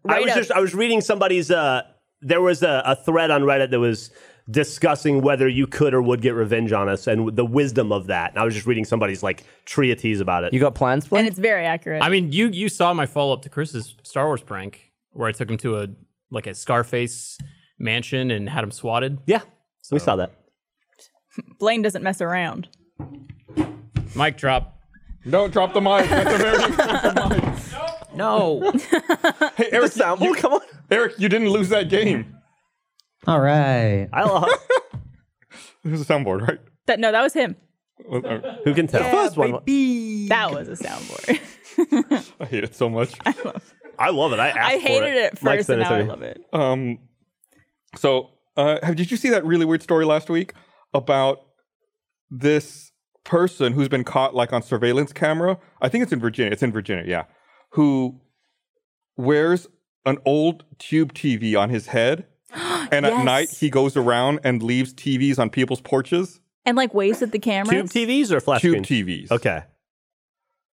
I was
write-up.
just I was reading somebody's uh there was a, a thread on Reddit that was discussing whether you could or would get revenge on us and the wisdom of that. And I was just reading somebody's like treatise about it.
You got plans,
and
Blaine?
it's very accurate.
I mean, you you saw my follow up to Chris's Star Wars prank, where I took him to a like a Scarface mansion and had him swatted.
yeah. We saw that.
Blaine doesn't mess around.
Mic drop.
Don't drop the mic. That's American.
No.
hey, Eric,
Sound- oh, come on.
Eric, you didn't lose that game.
All right.
I love
There's a soundboard, right?
That no, that was him.
I-
Who can tell?
First one.
That was a soundboard.
I hate it so much.
I love it. I asked
I
for
hated it at
Mike
first, and
sent it
now
to
I
me.
love it.
Um, so uh, have- did you see that really weird story last week about this person who's been caught like on surveillance camera? I think it's in Virginia. It's in Virginia, yeah. Who wears an old tube TV on his head, and at night
Yes.
he goes around and leaves TVs on people's porches.
And like waves at the
Tube
cameras.
TVs or flash
Tube
screens?
TVs.
Where
Okay.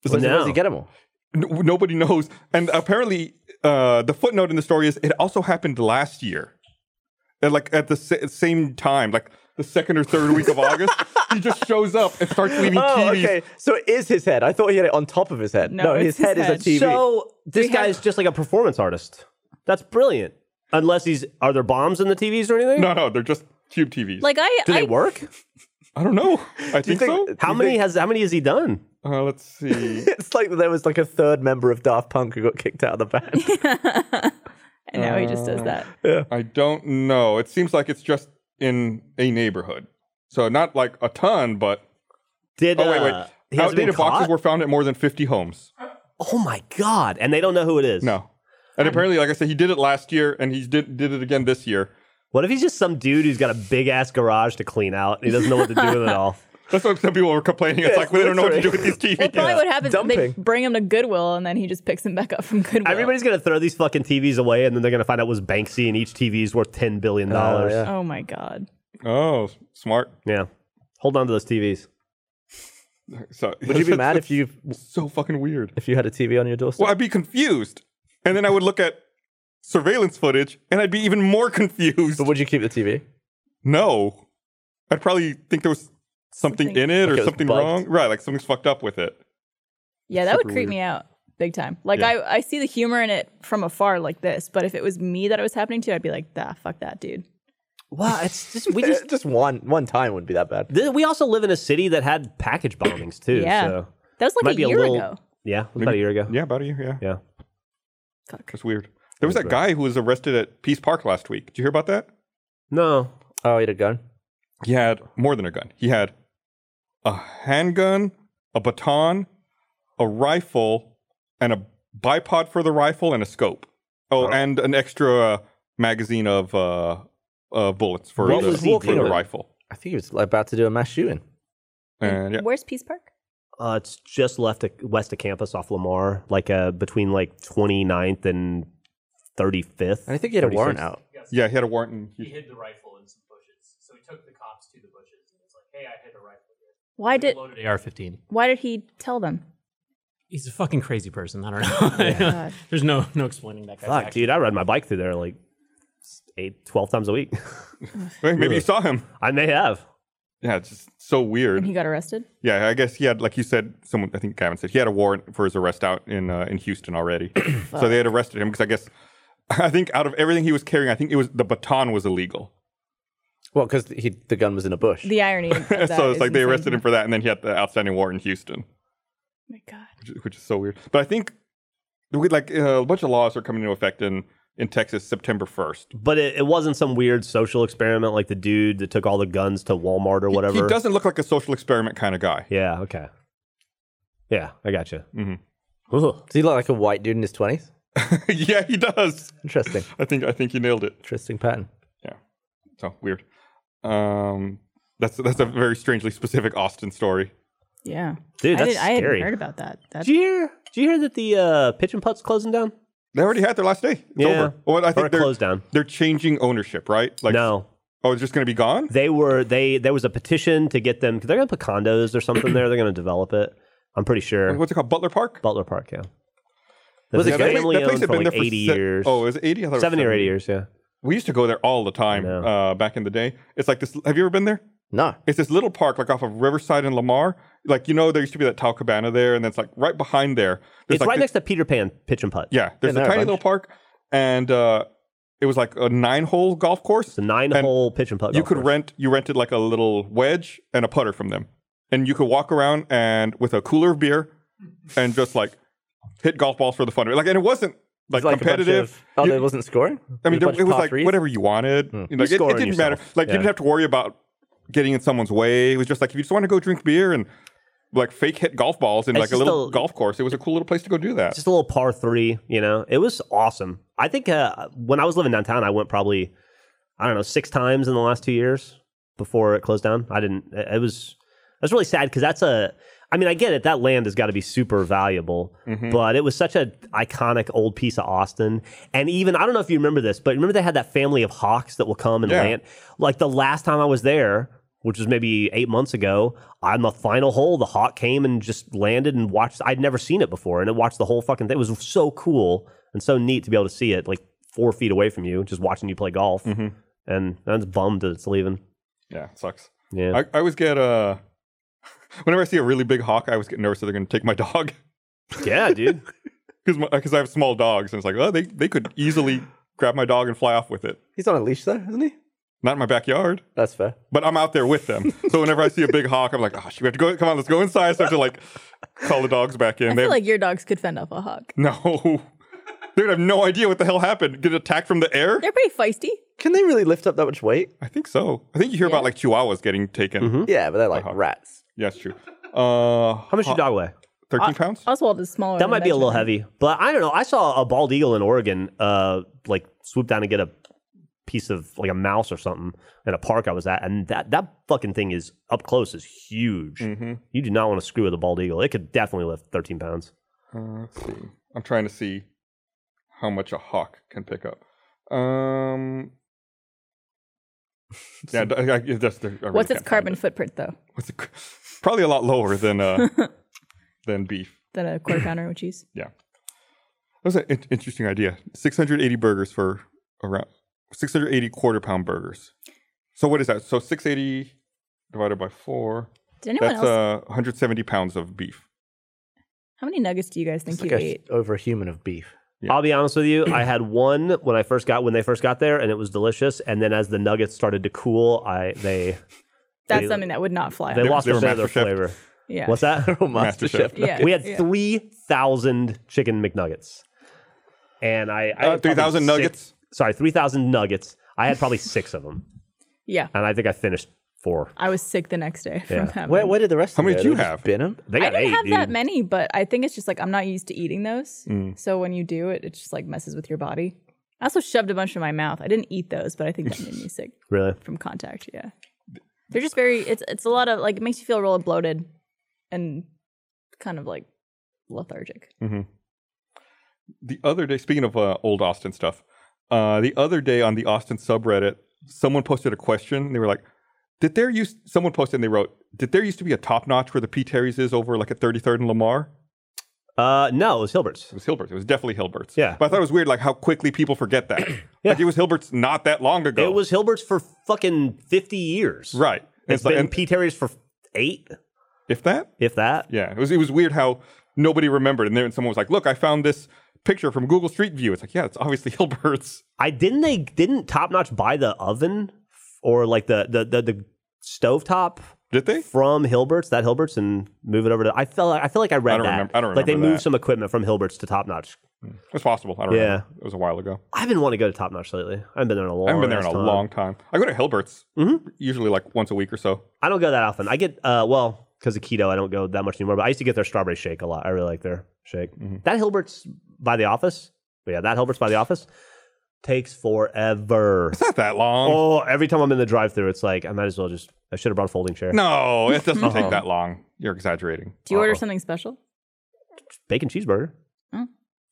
does he- where does
No.
he get him all?
N- nobody knows. And apparently, uh, the footnote in the story is it also happened last year, and like at the sa- same time, like the second or third week of August. He just shows up and starts leaving
Oh,
TVs.
okay. So it is his head. I thought he had it on top of his head.
No,
No,
it's
his, head,
his head.
is a TV.
So this guy's just like a performance artist. That's brilliant. Unless he's are there bombs in the TVs or anything?
No, no, they're just tube TVs.
Like I,
Do they
I
work?
I don't know. I
Do you
think, so.
think-
How many has how many has he done?
Uh, let's see.
It's like there was like a third member of Daft Punk who got kicked out of the band.
and now he just does that.
Uh,
I don't know. It seems like it's just in a neighborhood, so not like a ton, but
Did
oh wait,
uh, he
wait.
hasn't been
Outdated boxes
caught?
were found at more than 50 homes.
Oh my god! And they don't know who it is.
No, and apparently, like I said, he did it last year, and he did did it again this year.
What if he's just some dude who's got a big ass garage to clean out? He doesn't know what to do with it all.
That's what some people were complaining. It's like we don't know what to do with these
Well,
TVs.
probably what happens is they
Dumping.
bring him to Goodwill and then he just picks him back up from Goodwill.
Everybody's gonna throw these fucking TVs away, and then they're gonna find out it was Banksy, and each TV is worth ten billion dollars.
yeah.
Oh my god.
Oh, smart.
yeah, hold on to those TVs.
So
Would you be mad if you
so fucking weird?
if you had a TV on your doorstep?
Well, I'd be confused, and then I would look at surveillance footage, and I'd be even more confused.
But would you keep the TV?
No, I'd probably think there was something,
Something-
in it
Like it
or
was
something
bugged.
wrong. Right, like something's fucked up with it.
Yeah, that would
Super
creep me out big time. Like
Yeah.
I, I see the humor in it from afar like this, but if it was me that it was happening to, I'd be like, ah, fuck that dude.
Wow, it's just we
Eh,
just
Just, one one time wouldn't be that bad.
th- we also live in a city that had package bombings too.
Yeah.
so
That was like
Might
a
be a
year
little-
ago.
yeah, it was about a year ago.
Yeah, about a year. Yeah,
Yeah.
Fuck.
it's weird. There was that guy who was arrested at Peace Park last week. Did you hear about that?
No,
Oh, he'd have gone.
He had more than a gun. He had a handgun, a baton, a rifle, and a bipod for the rifle and a scope. Oh, and an extra uh, magazine of uh, uh, bullets for,
What
the,
was he
for the
doing?
rifle.
I think he was like, about to do a mass shooting.
And yeah,
Where's Peace Park?
uh, it's just left of, west of campus off Lamar, like uh, between like 29th and 35th.
And I think he had a
36th.
warrant out.
yeah, he had a warrant. And
He
he,
hid the rifle in some bushes, so he took the cops to the bushes and was like, "Hey, I hid a rifle."
Why did
Loaded AR-15.
why did he tell them?
He's a fucking crazy person. I don't know.
God.
There's no no explaining that guy.
Fuck, dude, I ride my bike through there like eight, 12 times a week.
Wait, maybe you
Ugh.
saw him.
I may have.
Yeah, it's just so weird.
And he got arrested?
Yeah, I guess he had, like you said, someone. I think Gavin said he had a warrant for his arrest out in uh, in Houston already. so they had arrested him because I guess I think out of everything he was carrying, I think it was the baton was illegal.
Well, because the gun was in a bush.
The irony. Of that
so it's
is
like they
insane.
arrested him for that, and then he had the outstanding warrant in Houston,
Oh my god.
which, which is so weird. But I think we like uh, a bunch of laws are coming into effect in in Texas September first.
But it, it wasn't some weird social experiment like the dude that took all the guns to Walmart or whatever.
He doesn't look like a social experiment kind of guy.
Yeah, okay. Yeah, I gotcha.
Mhm.
Ugh.
Does he look like a white dude in his twenties?
yeah, he does.
Interesting.
I think I think he nailed it.
Interesting pattern.
So weird. Um, that's that's a very strangely specific Austin story.
Yeah.
Dude,
I,
that's
did, I hadn't
scary.
heard about that. That's
Did you hear? Did you hear that the uh, pitch and putt's closing down?
They already had their last day. It's
Yeah.
over. Well, I
Or
think they're,
closed down?
they're changing ownership, right? Like,
no,
Oh, it's just going to be gone?
they were they. There was a petition to get them. Cause they're gonna put condos or something there. They're gonna develop it. I'm pretty sure.
What's it called? Butler Park?
Butler Park, yeah.
Was
That's
it good?
family owned for like
for
80
se-
years.
Oh, is it 80? I thought it was
70 or 80 years, yeah.
We used to go there all the time
I know.
uh, back in the day. It's like this. Have you ever been there?
No.
It's this little park, like off of Riverside and Lamar. Like, you know, there used to be that Tal Cabana there, and that's like right behind there. There's
It's
like
right
this-
next to Peter Pan Pitch and Putt.
Yeah, there's
Been there
a
a
tiny
bunch.
little park, and uh, it was like a nine hole golf course.
It's a nine
And
hole pitch and putt.
you
golf
could
course.
rent you rented like a little wedge and a putter from them and you could walk around and with a cooler of beer and just like hit golf balls for the fun of it like and it wasn't like,
It's like a bunch
competitive
of- oh,
You-
there wasn't scoring.
i
There
mean there,
was a bunch
it
of
was
par
like
threes? Hmm.
whatever you wanted You know,
You
it, it
score on
didn't
yourself.
matter like
Yeah.
you didn't have to worry about getting in someone's way it was just like if you just want to go drink beer and like fake hit golf balls in
It's
like a
just
little
a-
golf course it was a cool little place to go do that
Just a little par three, you know? It was awesome. I think uh, when I was living downtown, I went probably, I don't know, six times in the last two years before it closed down. I didn't, it it was, that's really sad because that's a, I mean, I get it. That land has got to be super valuable, but it was such an iconic old piece of Austin. And even, I don't know if you remember this, but remember they had that family of hawks that will come and
Yeah.
land? Like the last time I was there, which was maybe eight months ago, on the final hole, the hawk came and just landed and watched. I'd never seen it before, and it watched the whole fucking thing. It was so cool and so neat to be able to see it like four feet away from you, just watching you play golf.
Mm-hmm.
And I was bummed that it's leaving.
yeah it sucks
Yeah.
I, I always get uh whenever i see a really big hawk i always get nervous that they're going to take my dog
yeah, dude.
because because I have small dogs, and it's like, oh, they they could easily grab my dog and fly off with it.
He's on a leash though, isn't he?
Not in my backyard,
That's fair.
but I'm out there with them. so whenever I see a big hawk, I'm like, oh, shit, we have to go. Come on, let's go inside. So I have to like call the dogs back in.
I
They
feel
have-
like your dogs could fend off a hawk.
no, they would have no idea what the hell happened. Get attacked from the air?
They're pretty feisty.
Can they really lift up that much weight?
I think so. I think you hear about like chihuahuas getting taken.
Yeah, but they're like rats.
Yeah, it's true. Uh,
Mm-hmm. How much your dog weigh?
13 pounds?
Oswald is smaller.
That
than
might be a little
Benjamin.
heavy, but I don't know. I saw a bald eagle in Oregon, uh, like swoop down and get a piece of like a mouse or something in a park I was at, and that that fucking thing is up close is huge.
Mm. Mm-hmm.
You do not want to screw with a bald eagle. It could definitely lift thirteen pounds.
Uh, let's see. I'm trying to see how much a hawk can pick up. Um, yeah, I, I, that's the, I really
What's
can't
its
find
carbon
it.
footprint though?
What's it? Probably a lot lower than uh, than beef.
Than a quarter pounder with cheese.
Yeah, that was an in- interesting idea. 680 burgers for around 680 quarter pound burgers. So what is that? So 680 divided by four.
Did anyone
That's
else?
uh, 170 pounds of beef.
how many nuggets do you guys think
It's like
you
a-
ate?
over a human of beef.
Yeah.
I'll be honest with you. I had one when I first got when they first got there, and it was delicious. And then as the nuggets started to cool, I they
That's
they-
something that would not fly.
they
They-
lost
they
a
were Oh
bit of their
Master Chef.
flavor.
yeah.
What's that?
Master Chef.
Chef.
yeah.
We had
yeah.
3,000 chicken McNuggets. And
Uh,
I. I had probably
3,000
six-
nuggets?
sorry, 3,000 nuggets. I had probably six of them.
Yeah.
And I think I finished four.
I was sick the next day from
Yeah.
having.
Where, where did the rest
How
of
many
them
did
go?
you
They just
have?
Bin 'em?
They
I
got
didn't
eight,
have
dude. Mm.
that many, but I think it's just like I'm not used to eating those.
Mm.
So when you do it, it just like messes with your body. I also shoved a bunch in my mouth. I didn't eat those, but I think that made me sick
Really?
from contact. Yeah, they're just very. It's it's a lot of like it makes you feel real bloated, and kind of like lethargic.
the other day, speaking of uh, old Austin stuff, uh, the other day on the Austin subreddit, someone posted a question. And they were like, "Did there used?" Someone posted and they wrote, "Did there used to be a top notch where the P Terry's is over like at 33rd and Lamar?"
Uh, no, it
It
was Hilbert's.
was Hilbert's. It was definitely Hilbert's.
Yeah.
but I thought it was weird, like how quickly people forget that. Like it was Hilbert's not that long ago.
It was Hilbert's for fucking 50 years.
Oh. right. And
It's
it's like,
been
and
P. Terry's for eight,
if that,
if that.
Yeah, it was it was weird how nobody remembered, and then someone was like, "Look, I found this picture from Google Street View." It's like, yeah, it's obviously Hilbert's.
I didn't they didn't Top Notch buy the oven f- or like the the the, the stove top
Did they?
from Hilbert's that Hilbert's and move it over to I feel like, I feel like I read
I don't
that
remember- I don't
like they
remember
moved
that.
some equipment from Hilbert's to Top Notch.
It's possible. I don't
Yeah.
know. It was a while ago.
I've been wanting to go to Top Notch lately. I haven't been there in a long.
I haven't been there in a
ass time. Mm-hmm.
long time. I go to Hilbert's usually like once a week or so.
I don't go that often. I get uh well because of keto I don't go that much anymore. But I used to get their strawberry shake a lot. I really like their shake.
Mm-hmm.
That Hilbert's by the office. But yeah, that Hilbert's by the office takes forever.
It's not that long.
Oh, every time I'm in the drive-through, it's like I might as well just I should have brought a folding chair.
No, it doesn't take that long. You're exaggerating.
Do you order something special?
bacon cheeseburger.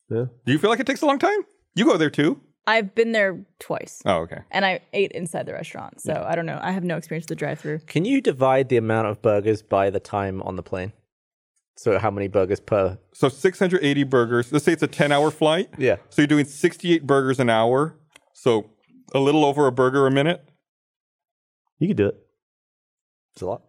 Do you feel like it takes a long time? You go there too?
I've been there twice,
Oh, okay.
and I ate inside the restaurant, so I don't know. I have no experience with the drive-through.
Can you divide the amount of burgers by the time on the plane? So how many burgers per?
So 680 burgers. Let's say it's a 10 hour flight.
Yeah.
So you're doing 68 burgers an hour. So a little over a burger a minute.
You could do it.
It's a lot.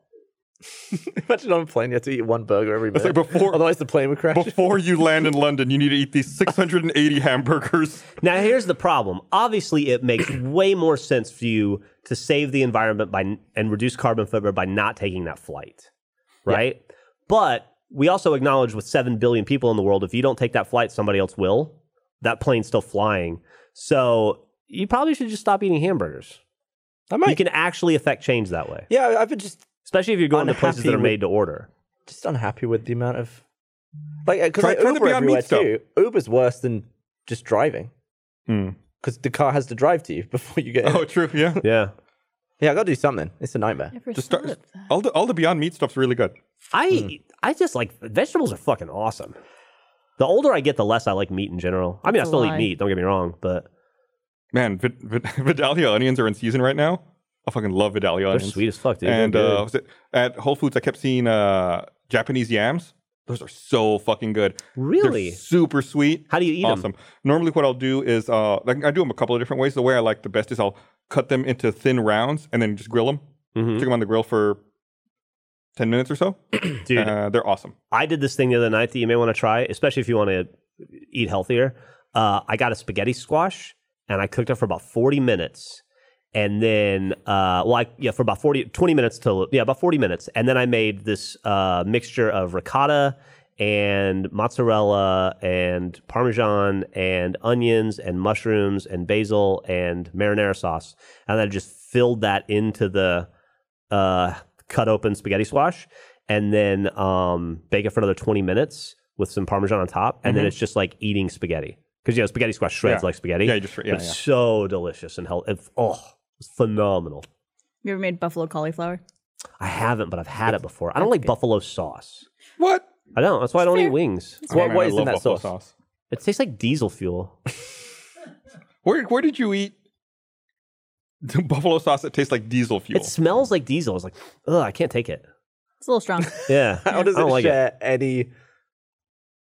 Imagine on a plane you have to eat one burger every
That's
minute.
like before-
Otherwise the plane would crash.
Before you land in London, you need to eat these 680 hamburgers.
Now here's the problem. Obviously, it makes way more sense for you to save the environment by and reduce carbon footprint by not taking that flight, right? But we also acknowledge with seven billion people in the world, if you don't take that flight, somebody else will. That plane's still flying, so you probably should just stop eating hamburgers.
I might.
You can actually affect change that way,
yeah, I- I've been just
especially if you're going to places
Unhappy
that are
with-
made to order.
just unhappy with the amount of like because
Try-
I
try the
Uber
Beyond Meat
everywhere
stuff.
too. Uber's worse than just driving
Hmm.
because the car has to drive to you before you get. In.
Oh, true. Yeah.
Yeah,
Yeah, I got to do something. It's a nightmare.
Never
Just
thought
start,
of that.
all the all the Beyond Meat stuff's really good.
I
Hmm.
I just like vegetables are fucking awesome. The older I get, the less I like meat in general. I mean, I
That's a
still eat
lie.
meat. Don't get me wrong, but
Man, vid, vid, Vidalia onions are in season right now. I fucking love Vidalia
they're
onions.
sweet as fuck, dude. They're
and
good.
uh, was it, at Whole Foods, I kept seeing uh, Japanese yams. Those are so fucking good.
really,
They're super sweet.
how do you eat
awesome.
them?
Normally, what I'll do is uh, like I do them a couple of different ways. The way I like the best is I'll cut them into thin rounds and then just grill them.
Mhm.
Stick them on the grill for ten minutes or so.
Dude,
Uh, they're awesome.
I did this thing the other night that you may want to try, especially if you want to eat healthier. Uh, I got a spaghetti squash and I cooked it for about forty minutes, and then uh, well, I, yeah, for about 40, 20 minutes till yeah, about forty minutes, and then I made this uh, mixture of ricotta and mozzarella and parmesan and onions and mushrooms and basil and marinara sauce, and then I just filled that into the uh, cut open spaghetti squash, and then um, bake it for another twenty minutes with some parmesan on top, and then it's just like eating spaghetti. Because you know spaghetti squash shreds
Mm-hmm. Yeah.
like spaghetti.
Yeah, you just- yeah,
But
yeah.
so delicious and healthy. Oh, it's phenomenal.
You ever made buffalo cauliflower?
I haven't, but I've had it before. I don't like buffalo sauce.
What?
I don't. That's why I don't eat wings.
Oh,
What-
man,
what
I
is in
love
that
buffalo
sauce?
It tastes like diesel fuel.
Where where did you eat the buffalo sauce that tastes like diesel fuel?
It smells like diesel. It's like, ugh, I can't take it.
It's a little strong.
Yeah.
How does
I
it
don't like it.
share any?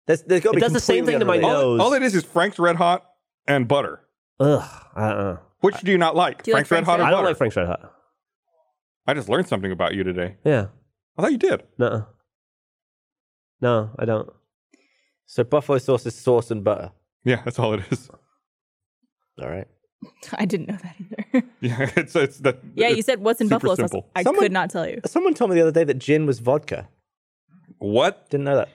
There's, there's got to
It
be
does the same
completely
thing to my
unrelated.
nose.
all, all it is is Frank's Red Hot and butter.
Ugh. Uh-uh.
Which do you not like?
Do you like
Frank's Red
Frank's
Hot
Red
or
I
butter?
don't like Frank's Red Hot.
I just learned something about you today.
Yeah.
I thought you did.
No. No, I don't.
So buffalo sauce is sauce and butter.
Yeah, that's all it is.
All right.
I didn't know that either.
Yeah, it's it's that.
yeah, you
it's-
said what's in
super
buffalo sauce.
simple.
I
Someone-
could not tell you.
Someone told me the other day that gin was vodka.
what?
Didn't know that.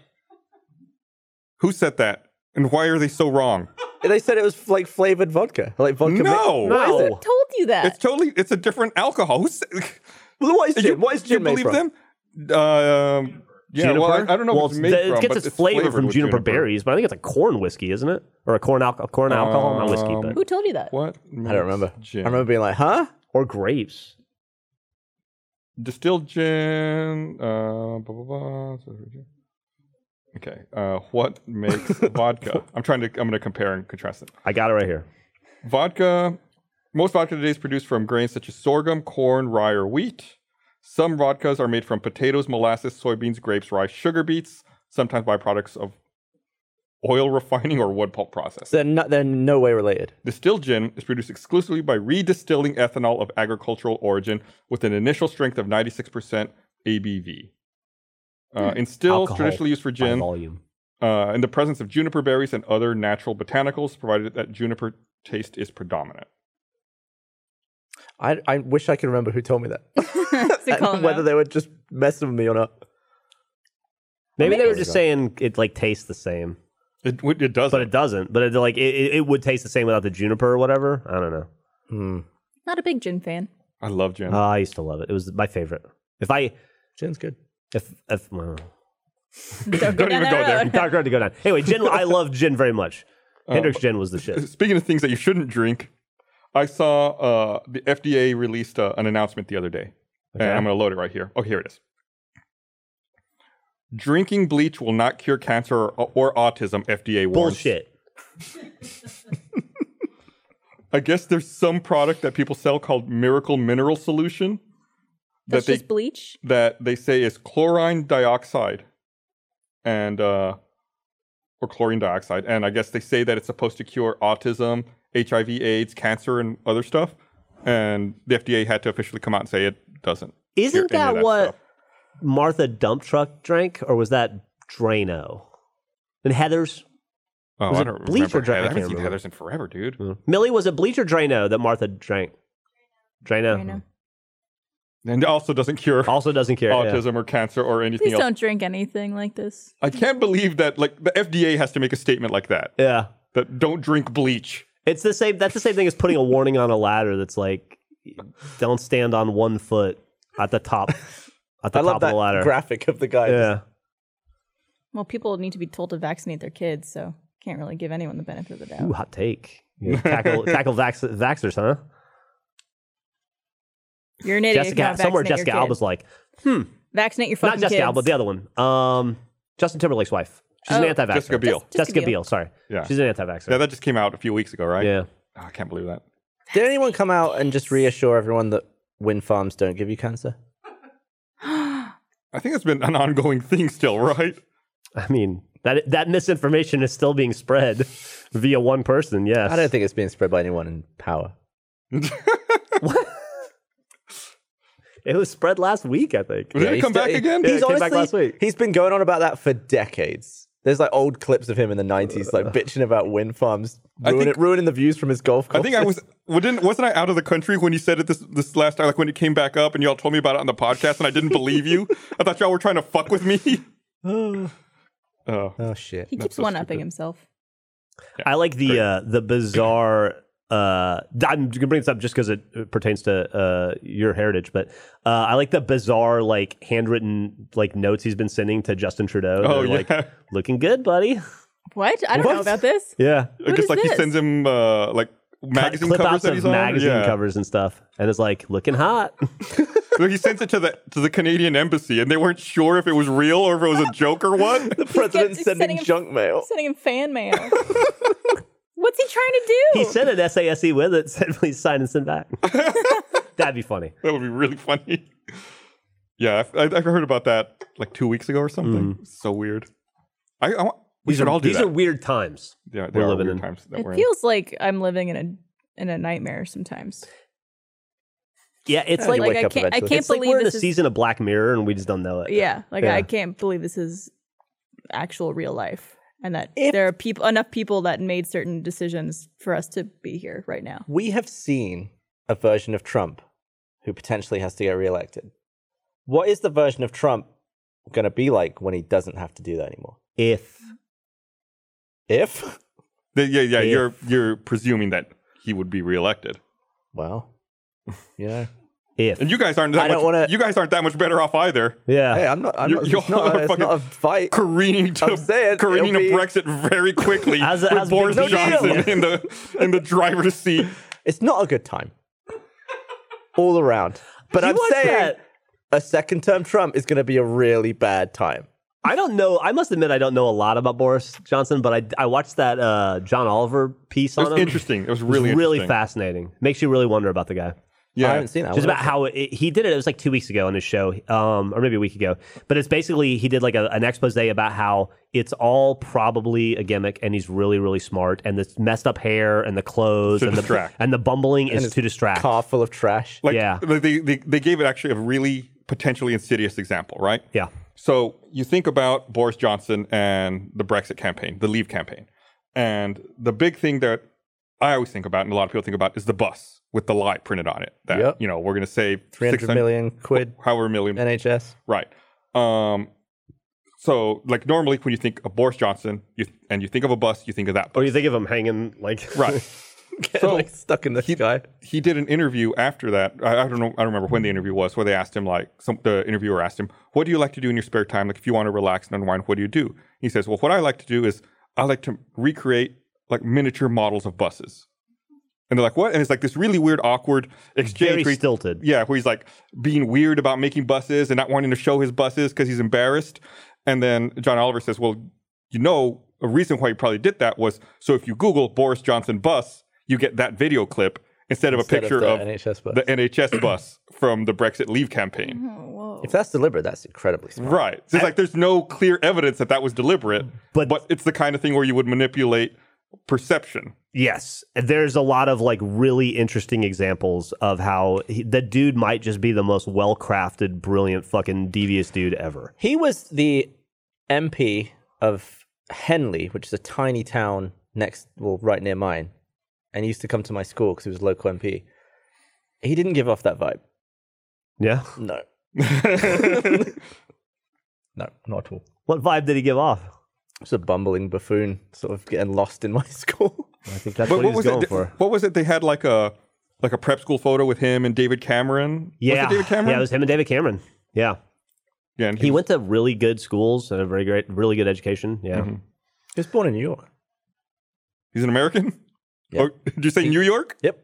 Who said that? And why are they so wrong?
They said it was like flavored vodka, like vodka.
No.
mi- what is
No.
it?
Told you that.
It's totally. It's a different alcohol. Who said,
Well, What is gin?
you,
what is
you
gin made
believe
from?
them? Um, yeah, well, I, I don't know
Well,
what it's
it's-
made
it
from.
gets
but
its, flavor
flavored
from
with
juniper, berries, but I think it's a corn whiskey, isn't it? Or a corn, alco- corn alcohol, not whiskey,
Um,
but
Who told you that?
What?
I don't remember.
Gin.
I remember being like, huh?
or grapes.
distilled gin. Uh, blah blah blah. Okay. Uh, what makes vodka? I'm trying to. I'm going to compare and contrast it.
I got it right here.
Vodka. Most vodka today is produced from grains such as sorghum, corn, rye, or wheat. Some vodkas are made from potatoes, molasses, soybeans, grapes, rye, sugar beets. Sometimes byproducts of oil refining or wood pulp process.
They're not. They're no way related.
Distilled gin is produced exclusively by redistilling ethanol of agricultural origin with an initial strength of 96% ABV. Uh, in stills,
Alcohol
traditionally used for
by
gin,
volume.
uh, in the presence of juniper berries and other natural botanicals, provided that juniper taste is predominant.
I, I wish I could remember who told me that.
It's a call
And Whether
now.
they were just messing with me or not.
Maybe they were
Maybe.
just saying it like tastes the same,
It, w- it does.
but it doesn't. But it like it, it- it would taste the same without the juniper or whatever. I don't know.
Not a big gin fan.
I love gin.
Oh, I used to love it. It was my favorite. If I
Gin's good.
if if well,
Don't,
Don't even go there.
dark road to go down. Anyway, gin. I love gin very much.
Uh,
Hendrix gin was the shit.
Speaking of things that you shouldn't drink, I saw uh, the FDA released uh, an announcement the other day. And
Okay.
I'm going to load it right here. Oh, here it is. Drinking bleach will not cure cancer or, or autism, FDA warns.
Bullshit.
I guess there's some product that people sell called Miracle Mineral Solution
That's
that they
just bleach.
that they say is chlorine dioxide and uh or chlorine dioxide and i guess they say that it's supposed to cure autism hiv aids cancer and other stuff and the fda had to officially come out and say it doesn't
Isn't
any
that
of that
what
stuff.
Martha Dump Truck drank, or was that Drano? And Heather's
oh
Was
i
it
don't
bleach
remember
or dry- Hmm.
Heather. i
I
haven't
can't
seen
remember.
heathers in forever dude
Millie was it bleach or Drano that Martha drank? Drano. Mm-hmm.
Drano.
and it also doesn't cure
Also doesn't care. yeah.
autism or cancer or anything
Please
else
don't drink anything like this.
i can't believe that like the fda has to make a statement like that
yeah.
that don't drink bleach
It's the same. That's the same thing as putting a warning on a ladder that's like, don't stand on one foot at the top, at the
I
top
love
of the
that
ladder.
graphic of the guy.
yeah.
Well, people need to be told to vaccinate their kids, so can't really give anyone the benefit of the doubt.
Ooh, hot take. You know, tackle tackle vax, vaxxers, huh?
You're an idiot. if you don't
Jessica, somewhere
vaccinate your
Jessica
kid.
Alba's like, hmm,
Vaccinate your
not
fucking
Jessica
kids.
Alba, the other one. Um, Justin Timberlake's wife. She's an
Oh.
anti-vaxxer.
Jessica Biel.
Jessica
Jessica
Biel.
Biel. Sorry.
Yeah.
She's an anti-vaxxer.
yeah that just came out a few weeks ago right
yeah.
Oh, i can't believe that
Did anyone come out and just reassure everyone that wind farms don't give you cancer?
i think it's been an ongoing thing still right
I mean, that that misinformation is still being spread via one person. Yes.
I don't think it's being spread by anyone in power.
it was spread last week. I think.
Did it
he's
come back
still-
again?
Yeah, it
He's
came
honestly,
back last week.
he's been going on about that for decades. There's like old clips of him in the '90s, like bitching about wind farms,
I
ruin
think-
it, ruining the views from his golf
I
course.
think I was well, didn't wasn't I out of the country when you said it this this last time like when it came back up and y'all told me about it on the podcast and I didn't believe you. I thought y'all were trying to fuck with me. oh.
Oh shit!
He keeps
so
one
stupid.
upping himself.
I like the uh, the bizarre. Uh, I'm gonna bring this up just because it pertains to uh, your heritage, but uh, I like the bizarre like handwritten like notes he's been sending to Justin Trudeau.
Oh,
They're
yeah.
like looking good, buddy.
What? I don't know
What?
about this.
Yeah,
What
just
is
like he
this?
sends him uh, like magazine
clip
covers
outs
that
of
he's on.
magazine
yeah.
covers and stuff, and it's like looking hot.
So he sends it to the to the Canadian embassy and they weren't sure if it was real or if it was a joke or what.
The president's
he's
sending
sending him-
junk
Oh.
mail.
Sending him fan mail. What's he trying to do?
he sent an SASE E with it. Said please sign and send back. That'd be funny.
That would be really funny. Yeah, I, I, I heard about that like two weeks ago or something. So weird. I, I want, we should
are
all do
Mm. these
that.
are weird times.
yeah, there
we're
are
living
weird
in-
times that
it
we're in.
feels like I'm living in a in a nightmare sometimes.
Yeah, it's
It's
like,
like,
wake
I
up
can't I
eventually.
can't
it's like
believe
we're in a
this is
season of Black Mirror and we just don't know it.
yeah like
Yeah.
I can't believe this is actual real life and that
If-
there are people enough people that made certain decisions for us to be here right now.
We have seen a version of Trump who potentially has to get reelected. What is the version of Trump going to be like when he doesn't have to do that anymore?
If
If
Th- Yeah, yeah,
If-
you're you're presuming that he would be reelected,
well, you know,
if
and you guys aren't. That
I don't
much-
wanna-
You guys aren't that much better off either.
yeah.
hey, I'm not. I'm
You-
not,
you
it's not,
are
a, it's not a
fucking-
fight.
Careening to
I'm saying,
careening to
it'll be-
Brexit very quickly
How's that-
with
how's
Boris
Big
Deal?
Johnson in the in the driver's seat.
It's not a good time. All around. But
You
I'm
watch
saying
that.
a second term Trump is going to be a really bad time.
I don't know. I must admit, I don't know a lot about Boris Johnson, but I, I watched that uh, John Oliver
It
piece on
was
him.
interesting. It was
It was
really
really
interesting.
fascinating. Makes you really wonder about the guy.
I
Yeah,
haven't seen that.
Just
one.
about how it, he did it. It was like two weeks ago on his show, um, or maybe a week ago. But it's basically he did like a, an expose about how it's all probably a gimmick, and he's really, really smart. And this messed up hair and the clothes
To
and
distract.
the and the bumbling is
his
to distract.
car full of trash.
like
yeah.
they, they they gave it actually a really potentially insidious example, right?
Yeah,
So you think about Boris Johnson and the Brexit campaign, the Leave campaign. And the big thing that I always think about and a lot of people think about is the bus with the lie printed on it. That
Yep.
you know, we're gonna save
300
600
million quid
however million
NHS.
Right. Um, so, like, normally when you think of Boris Johnson you, and you think of a bus, you think of that bus.
or Oh, you think of him hanging like
Right. So-
like stuck in the sky.
he did an interview after that. I, I don't know. I don't remember when the interview was. Where they asked him, like, some, the interviewer asked him, "What do you like to do in your spare time? Like, if you want to relax and unwind, what do you do?" He says, "Well, what I like to do is I like to recreate like miniature models of buses." And they're like, "What?" And it's like this really weird, awkward exchange.
very
where he-
stilted.
yeah, where he's like being weird about making buses and not wanting to show his buses because he's embarrassed. And then John Oliver says, Well, you know, a reason why you probably did that was so if you Google Boris Johnson bus, you get that video clip instead of
Instead
a picture
the
of,
NHS bus.
the NHS bus from the Brexit Leave campaign.
Oh, Whoa.
if that's deliberate, that's incredibly smart.
Right. So it's like there's no clear evidence that that was deliberate,
But-
but it's the kind of thing where you would manipulate perception.
Yes, there's a lot of like really interesting examples of how he, the dude might just be the most well crafted, brilliant, fucking devious dude ever.
He was the MP of Henley, which is a tiny town next, well, right near mine, and he used to come to my school because he was a local MP. He didn't give off that vibe.
Yeah.
No, no, not at all.
What vibe did he give off?
Just a bumbling buffoon, sort of getting lost in my school.
I think that's
But
what, he
what
was
was
going
it?
for.
What was it? They had like a like a prep school photo with him and David Cameron.
Yeah.
was it David Cameron.
Yeah, it was him and David Cameron. Yeah.
Yeah, and
He went to really good schools and a very great, really good education. Yeah.
Mhm.
He was born in New York.
He's an American.
Yeah.
Oh, did you say New York?
Yep.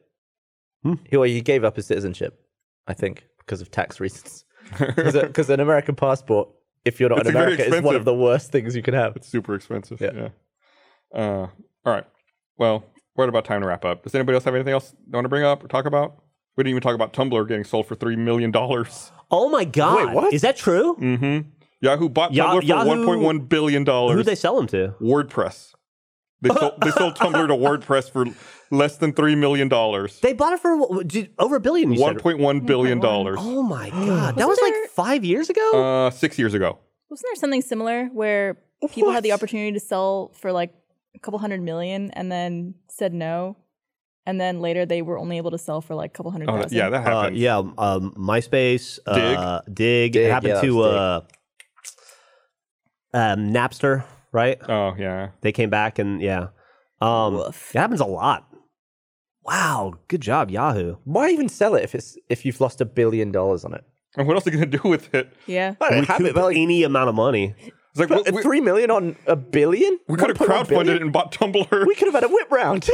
Hmm.
He, well, he gave up his citizenship, I think, because of tax reasons. Because an American passport, if you're not
It's
in
very
America, is one
expensive.
of the worst things you can have.
It's super expensive. Yeah.
Yeah.
Uh, all right. Well, we're at about time to wrap up. Does anybody else have anything else they want to bring up or talk about? We didn't even talk about Tumblr getting sold for three million dollars.
Oh my God.
Wait, what?
Is that true?
Mm-hmm. Yahoo bought
Ya-
Tumblr for
Yahoo-
one point one billion
Who'd
dollars.
they sell him to?
WordPress. They sold, they sold Tumblr to WordPress for less than three million dollars.
They bought it for what- did- over a billion. You
One
said.
point one billion dollars.
Oh my God. that was
there-
like five years ago?
Uh, six years ago.
Wasn't there something similar where people had the opportunity to sell for like a couple hundred million and then said no. And then later they were only able to sell for like a couple hundred
Oh,
thousand.
that- yeah, that
Uh,
happened.
yeah, um, MySpace,
Dig.
uh, Dig.
Dig,
It happened
yeah,
to
it's Dig.
uh, um, Napster, right?
Oh yeah.
They came back and yeah, um,
Woof.
it happens a lot. Wow, good job, Yahoo.
Why even sell it if it's if you've lost a billion dollars on it?
And what else are you gonna do with it?
Yeah.
I don't have
Recoup
it, but like,
any amount of money.
It's like
but
we,
three million on a billion?
we could have
1.1
crowdfunded it
billion?
and bought Tumblr.
We could have had a whip round.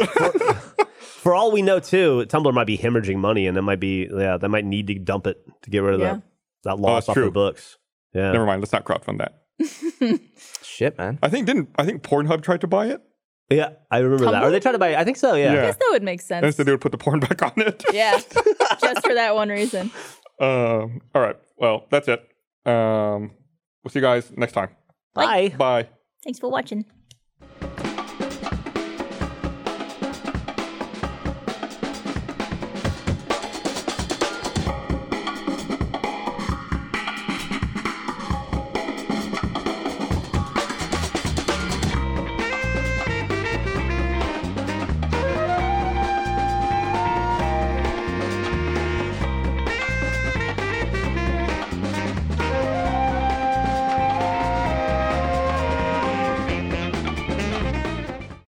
For all we know, too, Tumblr might be hemorrhaging money, and that might be yeah, they might need to dump it to get rid of
Yeah.
that that loss
Oh, that's
off the
true.
books. Yeah,
Never mind. Let's not crowdfund that.
Shit, man.
I think didn't I think Pornhub tried to buy it?
yeah, I remember that.
Tumblr?
Are they trying to buy? I think so. Yeah,
I guess that would make
And
sense.
so they would put the porn back on it.
yeah. Just for that one reason.
Um, all right. Well, that's it. Um, we'll see you guys next time.
Bye.
Bye.
Thanks for watching.